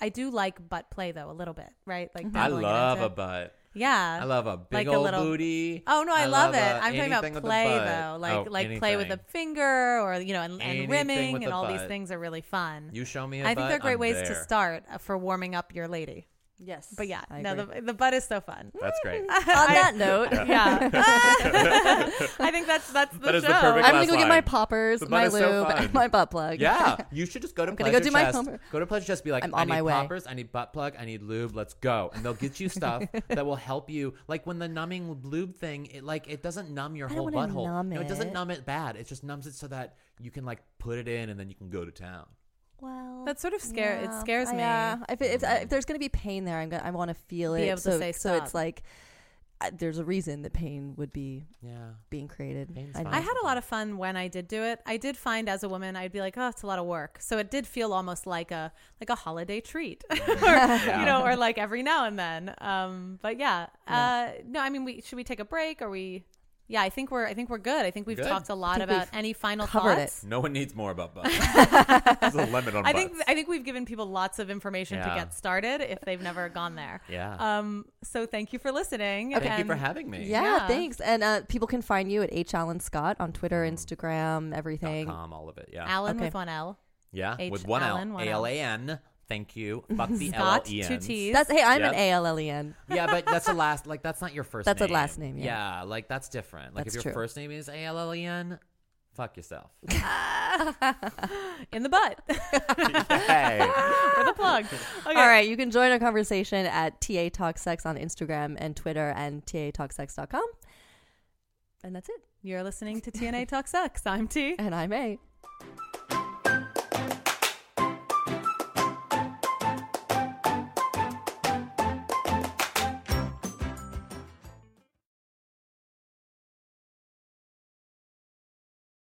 S2: I do like butt play though, a little bit, right? Like,
S3: Mm-hmm. I
S2: dabbling it
S3: love
S2: into-
S3: a butt.
S2: Yeah,
S3: I love a big
S2: like a
S3: old
S2: little-
S3: booty.
S2: Oh no, I, love, it.
S3: a-
S2: I'm talking
S3: uh, anything
S2: about
S3: with a
S2: play
S3: butt.
S2: though, like
S3: Oh,
S2: like play with a
S3: anything.
S2: finger or you know, and, and
S3: Anything
S2: rimming
S3: with
S2: and
S3: a
S2: all these
S3: butt.
S2: things are really fun.
S3: You show me. a
S2: I think
S3: butt,
S2: they're great
S3: I'm
S2: ways to
S3: there.
S2: start uh, for warming up your lady.
S1: Yes.
S2: But yeah,
S1: I
S2: no,
S1: agree.
S2: the, the butt is so fun.
S3: That's great.
S1: On that note,
S2: yeah, I think that's that's the
S3: That is
S2: show.
S3: the perfect
S1: I'm gonna
S3: Last
S1: go get my
S3: line.
S1: poppers,
S3: The butt
S1: my
S3: is so
S1: lube, and
S3: fun.
S1: my butt plug.
S3: Yeah, you should just go to
S1: gonna
S3: Pleasure
S1: go do my
S3: Chest.
S1: homework.
S3: go to Pleasure Chest. Be like,
S1: I'm
S3: I
S1: on
S3: need
S1: my way.
S3: poppers. I need butt plug. I need lube. Let's go, and they'll get you stuff that will help you. Like when the numbing lube thing, it like it doesn't numb your
S1: I
S3: whole
S1: don't wanna
S3: butthole.
S1: numb
S3: no, it
S1: it.
S3: doesn't numb it bad. It just numbs it so that you can like put it in, and then you can go to town.
S1: Well,
S2: That sort of scare- it
S1: yeah,
S2: scares
S1: I,
S2: me.
S1: uh, if, it- if, I- if there's gonna be pain there, I'm gonna I want to feel it.
S2: Be able to
S1: so,
S2: say
S1: so it's
S2: stop.
S1: like I, there's a reason that pain would be
S3: Yeah.
S1: being created.
S3: Pain's
S1: I
S3: fine.
S2: I had a lot of fun when I did do it. I did find as a woman, I'd be like, oh, it's a lot of work. So it did feel almost like a like a holiday treat, or, you know, or like every now and then. Um, but yeah, Uh, no, I mean, we should we take a break? Are we? Yeah, I think we're I think we're good. I think we've
S3: Good.
S2: talked a lot
S1: think
S2: about
S1: we've
S2: any final
S1: covered
S2: thoughts.
S3: No one needs more about butts. There's a limit on
S2: I think
S3: butts.
S2: I think we've given people lots of information to
S3: Yeah.
S2: get started if they've never gone there.
S3: Yeah.
S2: Um, so thank you for listening.
S3: Thank you for
S2: and-
S3: having me.
S1: Yeah,
S2: Yeah.
S1: thanks. And uh, people can find you at H Allen Scott on Twitter, Instagram,
S3: Mm. Dot
S1: everything.
S3: com, all of it. Yeah.
S2: Alan
S1: Okay.
S2: with one L.
S3: Yeah,
S2: H-
S3: with one
S2: Allen,
S3: L.
S2: one
S3: A
S2: L.
S3: L A N. Thank you. Fuck the L L
S2: Scott,
S3: E
S2: two
S3: N.
S2: T's.
S1: That's hey, I'm an
S3: Yep.
S1: A L L E N.
S3: Yeah, but that's the last. Like that's not your first.
S1: That's a
S3: name.
S1: last name, yeah.
S3: yeah, like that's different. Like
S1: That's
S3: if
S1: true.
S3: your first name is A L L E N, fuck yourself.
S2: in the butt for the plug. Okay.
S1: All right, you can join our conversation at TA Talk Sex on Instagram and Twitter and tatalksex.com. And that's it.
S2: You're listening to TNA Talk Sucks. I'm T.
S1: And I'm A.